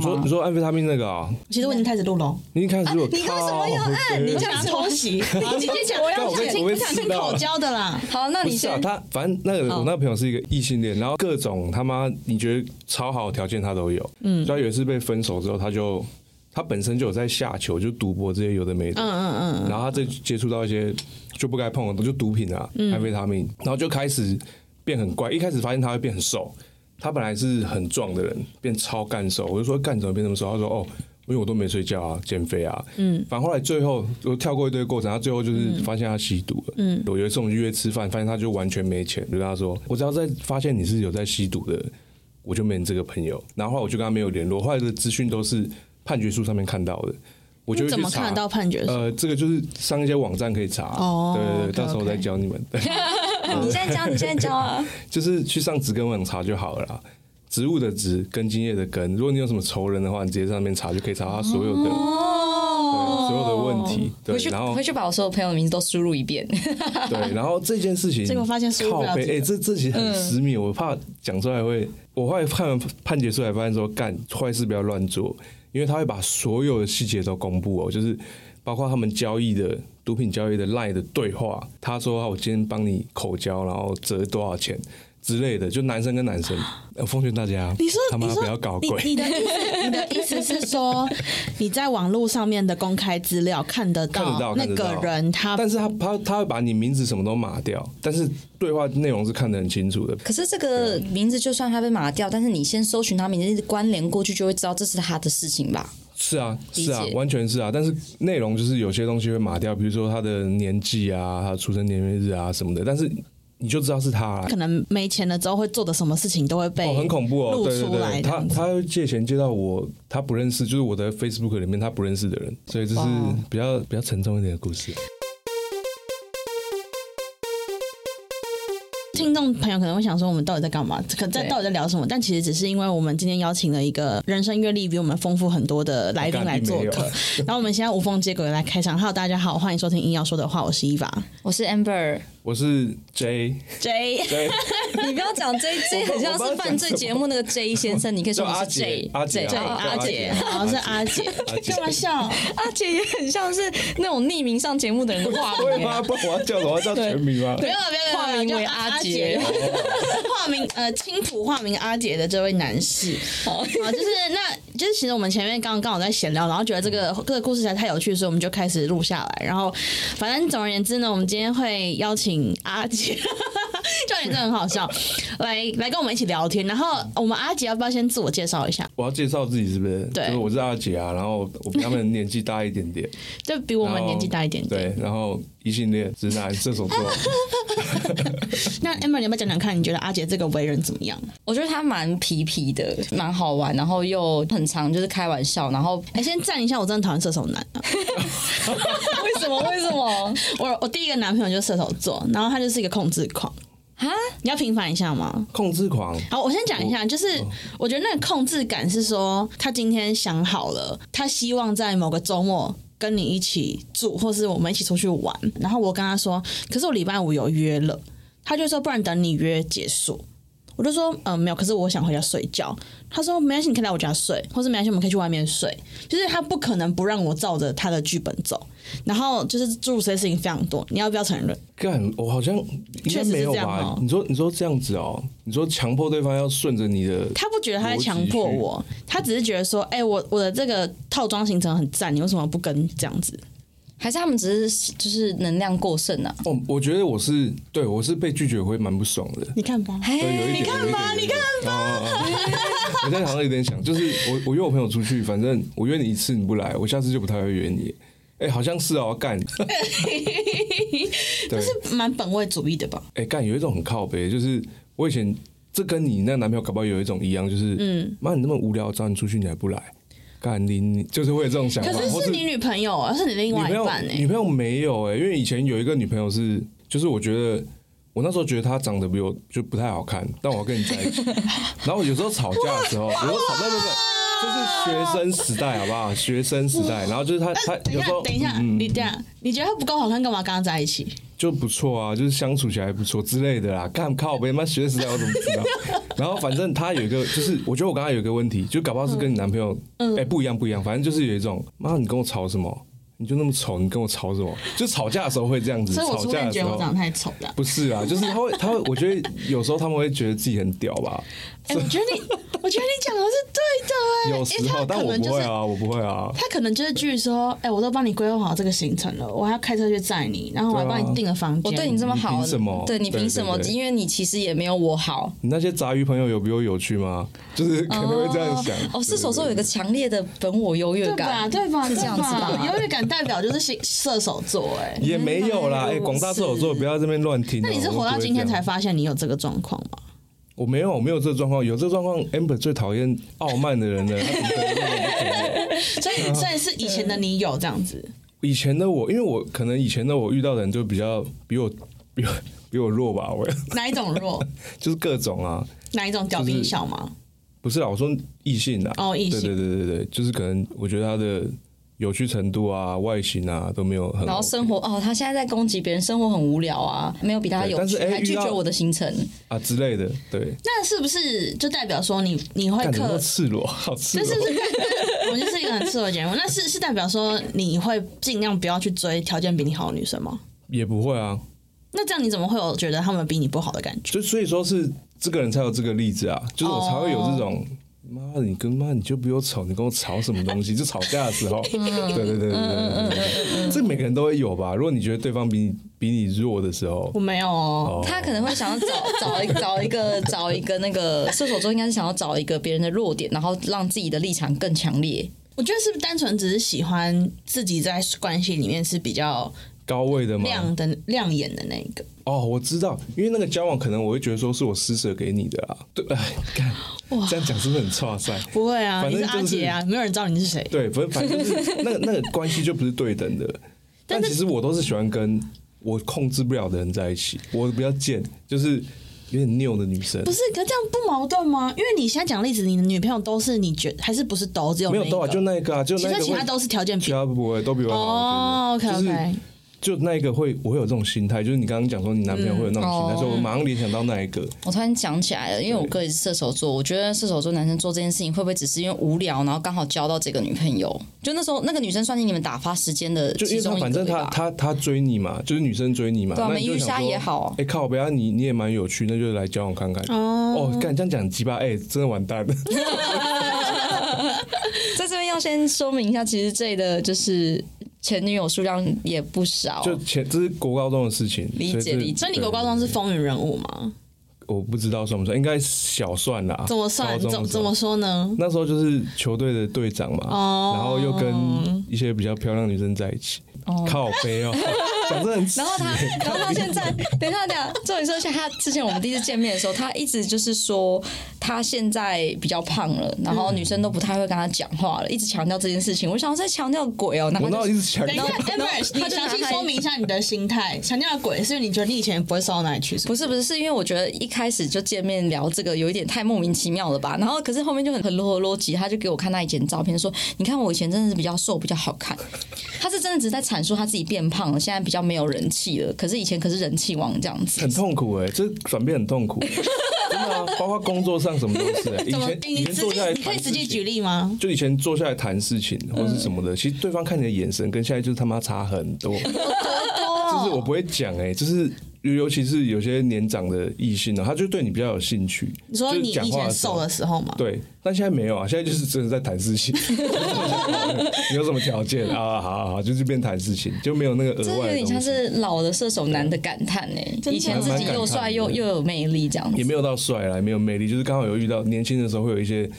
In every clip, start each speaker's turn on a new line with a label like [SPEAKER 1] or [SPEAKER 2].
[SPEAKER 1] 说
[SPEAKER 2] 吗
[SPEAKER 1] 你？说安非他命那个啊，
[SPEAKER 3] 其实我已经开始录了，
[SPEAKER 1] 你一开始有
[SPEAKER 3] 你为什么要
[SPEAKER 1] 靠
[SPEAKER 3] 按？你这样偷袭，你直接讲我
[SPEAKER 1] 要讲
[SPEAKER 3] 听，
[SPEAKER 1] 我
[SPEAKER 3] 我
[SPEAKER 1] 会
[SPEAKER 3] 想
[SPEAKER 1] 知
[SPEAKER 3] 听
[SPEAKER 1] 道
[SPEAKER 3] 口交的啦。
[SPEAKER 2] 好，那
[SPEAKER 1] 不
[SPEAKER 2] 你
[SPEAKER 1] 是啊，
[SPEAKER 2] 先
[SPEAKER 1] 他反正那个我那个朋友是一个异性恋，然后各种他妈你觉得超好的条件他都有，嗯，所以他有一次被分手之后，他就他本身就有在下球，就赌博这些有的没的，嗯嗯嗯，然后他再接触到一些就不该碰的东西，就毒品啊、安非他命，然后就开始变很怪，一开始发现他会变很瘦，他本来是很壮的人，变超干瘦，我就说干怎么变那么瘦？他说哦。因为我都没睡觉啊，减肥啊，嗯，反正后来最后我跳过一堆过程，他最后就是发现他吸毒了，嗯，我有一次我们约吃饭，发现他就完全没钱，就跟他说，我只要再发现你是有在吸毒的，我就没你这个朋友。然后后来我就跟他没有联络，后来的资讯都是判决书上面看到的，我就会
[SPEAKER 2] 你
[SPEAKER 1] 去
[SPEAKER 2] 怎么
[SPEAKER 1] 查
[SPEAKER 2] 看得到判决书？
[SPEAKER 1] 呃，这个就是上一些网站可以查，
[SPEAKER 2] 哦
[SPEAKER 1] 对对对，
[SPEAKER 2] OK，OK
[SPEAKER 1] 到时候再教你们，对
[SPEAKER 2] 呃你现在教，你现在教啊！
[SPEAKER 1] 就是去上植根网查就好了啦。植物的植，根茎叶的根。如果你有什么仇人的话，你直接上面查就可以查到他所有的、对啊
[SPEAKER 4] 呃
[SPEAKER 2] 哦
[SPEAKER 1] 所有的问题。对
[SPEAKER 4] 回，去
[SPEAKER 1] 然后
[SPEAKER 4] 回去把我所有朋友的名字都输入一遍。
[SPEAKER 1] 对，然后这件事情，
[SPEAKER 3] 结果发现是
[SPEAKER 1] 靠
[SPEAKER 3] 不了嗯
[SPEAKER 1] 背，
[SPEAKER 3] 解
[SPEAKER 1] 哎、这这其实很私密，我怕讲出来会，我后来看完判决出来，发现说干坏事不要乱做，因为他会把所有的细节都公布哦，就是包括他们交易的毒品交易的赖的对话，他说啊我今天帮你口交，然后折多少钱。之类的，就男生跟男生，呃奉劝大家，
[SPEAKER 3] 你说，
[SPEAKER 1] 他
[SPEAKER 3] 你
[SPEAKER 1] 妈
[SPEAKER 3] 说，
[SPEAKER 1] 不要搞
[SPEAKER 3] 你
[SPEAKER 1] 鬼，
[SPEAKER 3] 你的意思，你的意思是说，你在网络上面的公开资料看得
[SPEAKER 1] 看得到
[SPEAKER 3] 到那个人他
[SPEAKER 1] 但是他他他会把你名字什么都码掉，但是对话内容是看得很清楚的，
[SPEAKER 4] 可是这个名字就算他被码掉，但是你先搜寻他名字一直关联过去，就会知道这是他的事情吧？
[SPEAKER 1] 是啊，
[SPEAKER 4] 理
[SPEAKER 1] 是啊
[SPEAKER 4] 解，
[SPEAKER 1] 完全是啊。但是内容就是有些东西会码掉，比如说他的年纪啊、他的出生年月日啊什么的，但是你就知道是他、啊。
[SPEAKER 3] 可能没钱了之后会做的什么事情都会被
[SPEAKER 1] 哦，很恐怖哦！
[SPEAKER 3] 露
[SPEAKER 1] 对对
[SPEAKER 3] 出来
[SPEAKER 1] 对，
[SPEAKER 3] 这
[SPEAKER 1] 他
[SPEAKER 3] 样子
[SPEAKER 1] 他会借钱借到我他不认识，就是我的 Facebook 里面他不认识的人，所以这是
[SPEAKER 4] 哇
[SPEAKER 1] 比较比较沉重一点的故事。
[SPEAKER 3] 听众朋友可能会想说，我们到底在干嘛？可在
[SPEAKER 4] 对
[SPEAKER 3] 到底在聊什么？但其实只是因为我们今天邀请了一个人生阅历比我们丰富很多的来宾
[SPEAKER 1] 我
[SPEAKER 3] 来
[SPEAKER 1] 干
[SPEAKER 3] 做
[SPEAKER 1] 并没有
[SPEAKER 3] 客，然后我们现在无缝接轨来开场。Hello，大家好，欢迎收听《硬要说的话》，我是伊娃
[SPEAKER 4] 我是 Amber，
[SPEAKER 1] 我是 J
[SPEAKER 3] J。
[SPEAKER 1] J，
[SPEAKER 4] 你不要讲 J J，很像是犯罪节目那个 J 先生，你可以
[SPEAKER 1] 就
[SPEAKER 4] 说
[SPEAKER 1] 阿
[SPEAKER 4] 我是
[SPEAKER 1] 杰
[SPEAKER 4] J，，
[SPEAKER 1] 阿杰啊，
[SPEAKER 4] J，
[SPEAKER 1] 对
[SPEAKER 4] 对阿杰，
[SPEAKER 3] 好，啊是阿姐，
[SPEAKER 1] 阿姐
[SPEAKER 3] 干嘛笑？
[SPEAKER 4] 阿杰也很像是那种匿名上节目的人的化
[SPEAKER 1] 对
[SPEAKER 4] 名
[SPEAKER 1] 吗？
[SPEAKER 4] 欸。
[SPEAKER 1] 不，我要叫什么？我要叫全名吗？
[SPEAKER 3] 没有没有没有，
[SPEAKER 4] 化名
[SPEAKER 3] 就
[SPEAKER 4] 为
[SPEAKER 3] 阿
[SPEAKER 4] 阿
[SPEAKER 3] 姐
[SPEAKER 4] 杰，
[SPEAKER 3] 化名呃青浦化名阿姐的这位男士，
[SPEAKER 4] 好
[SPEAKER 3] 啊，就是那，就是其实我们前面刚刚好在闲聊，然后觉得这个这个故事实在太有趣，所以我们就开始录下来。然后，反正总而言之呢，我们今天会邀请阿 杰，教练真的很好笑，来来跟我们一起聊天。然后我们阿杰要不要先自我介绍一下？
[SPEAKER 1] 我要介绍自己是不是？
[SPEAKER 3] 对
[SPEAKER 1] 就是我是阿杰啊，然后我比他们年纪大一点点，
[SPEAKER 3] 就比 我
[SPEAKER 1] 然
[SPEAKER 3] 们
[SPEAKER 1] 后
[SPEAKER 3] 年纪大一点点。
[SPEAKER 1] 对，然后异性恋、直男、射手座，
[SPEAKER 3] 那 Amber，你要不要讲讲看，你觉得阿杰这个为人怎么样？
[SPEAKER 4] 我觉得他蛮皮皮的，蛮好玩，然后又很常就是开玩笑，然后
[SPEAKER 3] 哎、先赞一下，我真的讨厌射手男啊！
[SPEAKER 4] 为什么为什 么
[SPEAKER 3] 我我第一个男朋友就是射手座，然后他就是一个控制狂。
[SPEAKER 4] 啊？
[SPEAKER 3] 你要平反一下吗？
[SPEAKER 1] 控制狂。
[SPEAKER 3] 好，我先讲一下，就是我觉得那个控制感是说，他今天想好了，他希望在某个周末跟你一起住，或是我们一起出去玩。然后我跟他说，可是我礼拜五有约了，他就说不然等你约结束。我就说，嗯、没有，可是我想回家睡觉。他说，没关系，你可以来我家睡，或是没关系，我们可以去外面睡。就是他不可能不让我照着他的剧本走，然后就是诸如此类事情非常多。你要不要承认？
[SPEAKER 1] 干，我好像应
[SPEAKER 3] 确
[SPEAKER 1] 该
[SPEAKER 3] 实是
[SPEAKER 1] 没有
[SPEAKER 3] 这样
[SPEAKER 1] 吧？
[SPEAKER 3] 哦
[SPEAKER 1] 你说，你说这样子哦，你说强迫对方要顺着你的，
[SPEAKER 3] 他不觉得他在强迫我，他只是觉得说，哎、我我的这个套装行程很赞，你为什么不跟这样子？
[SPEAKER 4] 还是他们只是就是能量过剩啊？
[SPEAKER 1] 哦，我觉得我是对我是被拒绝会蛮不爽的。
[SPEAKER 3] 你看吧，
[SPEAKER 4] 哎
[SPEAKER 1] 对，有一点，
[SPEAKER 3] 哎你看吧
[SPEAKER 1] 有一点有一点哦哦哦我在好像有点想，就是我我约我朋友出去，反正我约你一次你不来，我下次就不太会约你。哎、好像是哦， 干。对，
[SPEAKER 3] 蛮本位主义的吧？
[SPEAKER 1] 哎、干有一种很靠北，就是我以前这跟你那个男朋友搞不好有一种一样，就是嗯，妈你那么无聊，找你出去你还不来，干你你就是会有这种想法，
[SPEAKER 3] 可是
[SPEAKER 1] 或
[SPEAKER 3] 是
[SPEAKER 1] 是
[SPEAKER 3] 你女朋友，啊而是你另
[SPEAKER 1] 女
[SPEAKER 3] 外
[SPEAKER 1] 朋
[SPEAKER 3] 一
[SPEAKER 1] 友
[SPEAKER 3] 半哎、
[SPEAKER 1] 女朋友没有哎、因为以前有一个女朋友是，就是我觉得。我那时候觉得她长得比我就不太好看，但我要跟你在一起。 然后有时候吵架的时候，有时候吵架就是就是学生时代好不好？学生时代，然后就是她她
[SPEAKER 3] 等
[SPEAKER 1] 有
[SPEAKER 3] 一
[SPEAKER 1] 时
[SPEAKER 3] 下
[SPEAKER 1] 候，
[SPEAKER 3] 等一下，
[SPEAKER 1] 嗯嗯
[SPEAKER 3] 你这样，你觉得他不够好看，干嘛跟他在一起？
[SPEAKER 1] 就不错啊，就是相处起来不错之类的啦。干靠北，妈学实在我怎么知道？ 然后反正他有一个，就是我觉得我刚刚有一个问题，就搞不好是跟你男朋友，哎、
[SPEAKER 3] 嗯
[SPEAKER 1] 不一样不一样，反正就是有一种，妈你跟我吵什么？你就那么丑，你跟我吵什么？就吵架的时候会这样子，
[SPEAKER 3] 所以我
[SPEAKER 1] 吵
[SPEAKER 3] 初
[SPEAKER 1] 架
[SPEAKER 3] 恋
[SPEAKER 1] 的
[SPEAKER 3] 觉
[SPEAKER 1] 时
[SPEAKER 3] 得我
[SPEAKER 1] 候
[SPEAKER 3] 长得太丑了。
[SPEAKER 1] 不是啊，就是他会他会，我觉得有时候他们会觉得自己很屌吧，
[SPEAKER 3] 哎、我觉 得你，我觉得你讲的是对的哎、
[SPEAKER 1] 有
[SPEAKER 3] 因
[SPEAKER 1] 时
[SPEAKER 3] 为
[SPEAKER 1] 候，
[SPEAKER 3] 他
[SPEAKER 1] 但
[SPEAKER 3] 可
[SPEAKER 1] 我
[SPEAKER 3] 能
[SPEAKER 1] 不
[SPEAKER 3] 就
[SPEAKER 1] 会
[SPEAKER 3] 是
[SPEAKER 1] 啊，我不会啊。
[SPEAKER 3] 他可能就是据说，哎、我都帮你规划好这个行程了，我还要开车去载你，然后我还
[SPEAKER 1] 对啊
[SPEAKER 3] 帮你订了房间。
[SPEAKER 4] 我对你这么好，
[SPEAKER 1] 你凭什么
[SPEAKER 4] 对你凭什么？
[SPEAKER 1] 对对对
[SPEAKER 4] 因为你其实也没有我好。
[SPEAKER 1] 你那些杂鱼朋友有比我有趣吗？就是可能会这样想。
[SPEAKER 4] 哦，射手座有
[SPEAKER 1] 对
[SPEAKER 4] 一个强烈的本我优越
[SPEAKER 3] 对吧？
[SPEAKER 4] 感，
[SPEAKER 3] 对吧？
[SPEAKER 4] 是这样子
[SPEAKER 3] 对
[SPEAKER 4] 吧？
[SPEAKER 3] 优越感代表就是射射手座哎、
[SPEAKER 1] 也没有啦，
[SPEAKER 4] 原
[SPEAKER 1] 哎，
[SPEAKER 4] 来如
[SPEAKER 1] 广大
[SPEAKER 4] 此
[SPEAKER 1] 射手座不要这边乱听哦。
[SPEAKER 3] 那你是活到今天才发现你有这个状况吗？
[SPEAKER 1] 我不会这样？我没有，我没有这个状况。有这个状况，amber 最讨厌傲慢的人了。她怎么可能那么不可能
[SPEAKER 3] 所以， 所以是以前的你有这样子，
[SPEAKER 1] 以前的我，因为我可能以前的我遇到的人就比较比我 比我比我弱吧，我
[SPEAKER 3] 哪一种弱，
[SPEAKER 1] 就是各种啊，
[SPEAKER 3] 哪一种屌比你小吗？
[SPEAKER 1] 不是啦，我说异性啊，
[SPEAKER 3] 哦异性
[SPEAKER 1] 对对对对对，就是可能我觉得他的有趣程度啊、外形啊都没有很 OK，
[SPEAKER 4] 然后生活哦，他现在在攻击别人，生活很无聊啊，没有比他
[SPEAKER 1] 对
[SPEAKER 4] 有
[SPEAKER 1] 但是
[SPEAKER 4] 趣，
[SPEAKER 1] 哎
[SPEAKER 4] 还拒
[SPEAKER 1] 遇到
[SPEAKER 4] 绝我的行程。
[SPEAKER 1] 啊之类的，对，
[SPEAKER 3] 那是不是就代表说你你会
[SPEAKER 1] 干你那么
[SPEAKER 3] 克？
[SPEAKER 1] 赤裸，好赤
[SPEAKER 3] 这
[SPEAKER 1] 裸
[SPEAKER 3] 是。不是？我们就是一个很赤裸的节目。那是是代表说你会尽量不要去追条件比你好的女生吗？
[SPEAKER 1] 也不会啊，
[SPEAKER 3] 那这样你怎么会有觉得他们比你不好的感觉？
[SPEAKER 1] 就所以说是这个人才有这个例子啊，就是我才会有这种。妈，你跟妈你就比我丑，你跟我吵什么东西？就吵架的时候，对对对对对对对，这每个人都会有吧？如果你觉得对方比你比你弱的时候
[SPEAKER 3] 我，没有
[SPEAKER 1] 哦
[SPEAKER 3] 哦，
[SPEAKER 4] 他可能会想要找 找一找一个找一个那个射手座，应该是想要找一个别人的弱点，然后让自己的立场更强烈。
[SPEAKER 3] 我觉得是不是单纯只是喜欢自己在关系里面是比较
[SPEAKER 1] 高位的嘛，
[SPEAKER 3] 亮的亮眼的那一个？
[SPEAKER 1] 哦，我知道，因为那个交往可能我会觉得说是我施舍给你的啊，对，哎，干，这样讲是不是很差塞？
[SPEAKER 3] 不会啊，
[SPEAKER 1] 反
[SPEAKER 3] 你
[SPEAKER 1] 正
[SPEAKER 3] 是阿
[SPEAKER 1] 就是
[SPEAKER 3] 杰啊，没有人知道你是谁。
[SPEAKER 1] 对，反正反正就是那个那个关系就不是对等的。但其实我都是喜欢跟我控制不了的人在一起，我比较贱，就是有点拗的女生
[SPEAKER 3] 不。是，可这样不矛盾吗？因为你现在讲例子，你的女朋友都是你觉还是不是都只有
[SPEAKER 1] 没有
[SPEAKER 3] 那一
[SPEAKER 1] 都啊，
[SPEAKER 3] 个
[SPEAKER 1] 就那个啊，就
[SPEAKER 3] 其
[SPEAKER 1] 那
[SPEAKER 3] 实
[SPEAKER 1] 个
[SPEAKER 3] 其他
[SPEAKER 1] 会
[SPEAKER 3] 都是条件
[SPEAKER 1] 其
[SPEAKER 3] 比
[SPEAKER 1] 他不会都比我好。
[SPEAKER 3] 哦
[SPEAKER 1] 我觉
[SPEAKER 3] ，OK
[SPEAKER 1] 得
[SPEAKER 3] OK，
[SPEAKER 1] 就是就那一个会，我会有这种心态，就是你刚刚讲说你男朋友会有那种心态，
[SPEAKER 4] 哦
[SPEAKER 1] 所以我马上联想到那一个。
[SPEAKER 4] 我突然想起来了，因为我哥也是射手座，我觉得射手座男生做这件事情会不会只是因为无聊，然后刚好交到这个女朋友？就那时候那个女生算是你们打发时间的
[SPEAKER 1] 就因
[SPEAKER 4] 其
[SPEAKER 1] 为他
[SPEAKER 4] 中一
[SPEAKER 1] 反正
[SPEAKER 4] 个
[SPEAKER 1] 他
[SPEAKER 4] 吧？
[SPEAKER 1] 他他追你嘛，就是女生追你嘛，
[SPEAKER 4] 对啊
[SPEAKER 1] 那你就
[SPEAKER 4] 没遇
[SPEAKER 1] 想
[SPEAKER 4] 杀
[SPEAKER 1] 说
[SPEAKER 4] 也好啊
[SPEAKER 1] 哎、靠，不要你你也蛮有趣，那就来交往看看。哦，干、这样讲很鸡巴，哎、真的完蛋了。
[SPEAKER 4] 在这边要先说明一下，其实这的就是前女友数量也不少，
[SPEAKER 1] 就前这是国高中的事情，
[SPEAKER 4] 理解
[SPEAKER 1] 所以这
[SPEAKER 4] 理解
[SPEAKER 3] 所以你国高中是风云人物吗？
[SPEAKER 1] 我不知道算不算，应该小啊算啦。
[SPEAKER 3] 怎么算？
[SPEAKER 1] 高中
[SPEAKER 3] 怎
[SPEAKER 1] 的时候
[SPEAKER 3] 么怎么？说呢？
[SPEAKER 1] 那时候就是球队的队长嘛，
[SPEAKER 3] 哦
[SPEAKER 1] 然后又跟一些比较漂亮的女生在一起，靠背 哦，讲真的很。
[SPEAKER 4] 然后他，然后他 现在，等一下，等一下，重点说一下，他之前我们第一次见面的时候，他一直就是说他现在比较胖了，然后女生都不太会跟他讲话了，一直强调这件事情。我想在强调鬼哦，然
[SPEAKER 1] 我
[SPEAKER 4] 后
[SPEAKER 1] 那时
[SPEAKER 4] 他
[SPEAKER 1] 候
[SPEAKER 4] 就
[SPEAKER 1] 一直想，
[SPEAKER 3] 等一下，Amber，你
[SPEAKER 4] 他就
[SPEAKER 3] 详
[SPEAKER 4] 拿
[SPEAKER 3] 细
[SPEAKER 4] 他
[SPEAKER 3] 说明一下你的心态。强调鬼是因为你觉得你以前不会瘦到哪里去，是不
[SPEAKER 4] 不
[SPEAKER 3] 是？
[SPEAKER 4] 是不是，是因为我觉得一开始就见面聊这个有一点太莫名其妙了吧？然后可是后面就很很啰啰叽，他就给我看他以前的照片，说你看我以前真的是比较瘦，比较好看。 他是真的只是在阐述他自己变胖了，现在比较没有人气了，可是以前可是人气王这样子。
[SPEAKER 1] 很痛苦哎、这转变很痛苦，欸 真的啊，包括工作上什么都是、欸。以
[SPEAKER 3] 怎么？
[SPEAKER 1] 前
[SPEAKER 3] 你
[SPEAKER 1] 以
[SPEAKER 3] 你
[SPEAKER 1] 前
[SPEAKER 3] 直
[SPEAKER 1] 坐下来
[SPEAKER 3] 接你可
[SPEAKER 1] 谈
[SPEAKER 3] 以
[SPEAKER 1] 事
[SPEAKER 3] 直接
[SPEAKER 1] 情
[SPEAKER 3] 举，例嗯吗？
[SPEAKER 1] 就以前坐下来谈事情或是什么的，其实对方看你的眼神跟现在就是他妈差很多。
[SPEAKER 3] 哦
[SPEAKER 1] 就是我不会讲哎、就是尤尤其是有些年长的异性呢、他就对你比较有兴趣。
[SPEAKER 3] 你说
[SPEAKER 1] 就是
[SPEAKER 3] 你
[SPEAKER 1] 讲
[SPEAKER 3] 以
[SPEAKER 1] 话
[SPEAKER 3] 前
[SPEAKER 1] 的时候
[SPEAKER 3] 瘦的时候吗？
[SPEAKER 1] 对，但现在没有啊，现在就是真的在谈事 情。你有什么条件啊？好好好，就是变谈事情，就没有那个
[SPEAKER 4] 这
[SPEAKER 1] 额
[SPEAKER 4] 有
[SPEAKER 1] 外的
[SPEAKER 4] 点
[SPEAKER 1] 东
[SPEAKER 4] 像
[SPEAKER 1] 西，
[SPEAKER 4] 是老的射手男的感叹呢、
[SPEAKER 3] 真的
[SPEAKER 4] 以前自己又帅又又有魅力这样
[SPEAKER 1] 也
[SPEAKER 4] 子，
[SPEAKER 1] 没有到帅啦，也没有魅力，就是刚好有遇到年轻的时候会有一些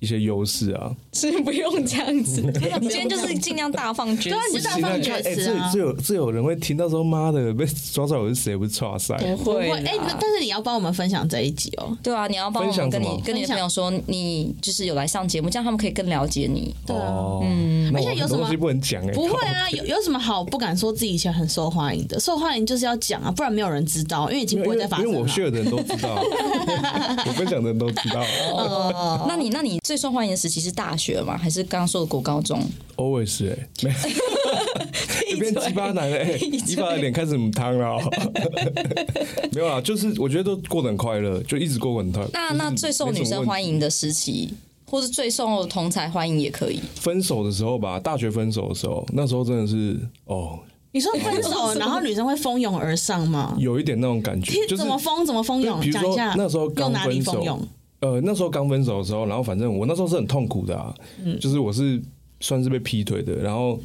[SPEAKER 1] 一些优势啊。
[SPEAKER 4] 是 不用这样子。 你今天就是尽量大放厥
[SPEAKER 3] 对啊，你就
[SPEAKER 4] 词，
[SPEAKER 3] 大放
[SPEAKER 1] 现在
[SPEAKER 3] 厥
[SPEAKER 1] 哎，
[SPEAKER 3] 词
[SPEAKER 1] 这
[SPEAKER 3] 啊
[SPEAKER 1] 这！有这有人会听到时候妈的被抓出来我是谁，不是哇塞。
[SPEAKER 4] 不
[SPEAKER 3] 不会
[SPEAKER 4] 会啦
[SPEAKER 3] 哎，那但是你要帮我们分享这一集哦。
[SPEAKER 4] 对啊，你要帮我们
[SPEAKER 1] 分
[SPEAKER 4] 跟
[SPEAKER 1] 享什
[SPEAKER 4] 你
[SPEAKER 1] 么
[SPEAKER 4] 跟你的朋友说，你就是有来上节目，这样他们可以更了解你。
[SPEAKER 3] 对啊。
[SPEAKER 1] 哦，嗯，那
[SPEAKER 3] 而且
[SPEAKER 1] 我很
[SPEAKER 3] 有
[SPEAKER 1] 多
[SPEAKER 3] 什么
[SPEAKER 1] 东西不能讲哎、
[SPEAKER 3] 不会啊，有有什么好不敢说自己以前很受欢迎的？受欢迎就是要讲啊，不然没有人知道，因为已
[SPEAKER 1] 因
[SPEAKER 3] 经
[SPEAKER 1] 为
[SPEAKER 3] 不会再发生
[SPEAKER 1] 因为我
[SPEAKER 3] 了。
[SPEAKER 1] share 的人都知道，我分享的人都知道
[SPEAKER 4] 哦那你那你最受欢迎的时期是大学吗？还是刚刚说的国高中？
[SPEAKER 1] ，always 欸哎、没 一边鸡巴男的，哎、鸡巴的脸开始母汤了、哦。没有啦，啊就是我觉得都过得很快乐，就一直过得很快。
[SPEAKER 4] 那那最受女生欢迎的时期，或是最受同才欢迎也可以。
[SPEAKER 1] 分手的时候吧，大学分手的时候，那时候真的是哦，
[SPEAKER 3] 你说分手，然后女生会蜂拥而上吗？
[SPEAKER 1] 有一点那种感觉，就是
[SPEAKER 3] 怎么蜂怎么蜂拥？
[SPEAKER 1] 比如
[SPEAKER 3] 讲一
[SPEAKER 1] 说
[SPEAKER 3] 下
[SPEAKER 1] 那时候
[SPEAKER 3] 用
[SPEAKER 1] 刚
[SPEAKER 3] 哪里
[SPEAKER 1] 分
[SPEAKER 3] 蜂
[SPEAKER 1] 手
[SPEAKER 3] 拥？，
[SPEAKER 1] 呃，那时候刚分手的时候，然后反正我那时候是很痛苦的、啊，
[SPEAKER 3] 嗯
[SPEAKER 1] 就是我是算是被劈腿的，然后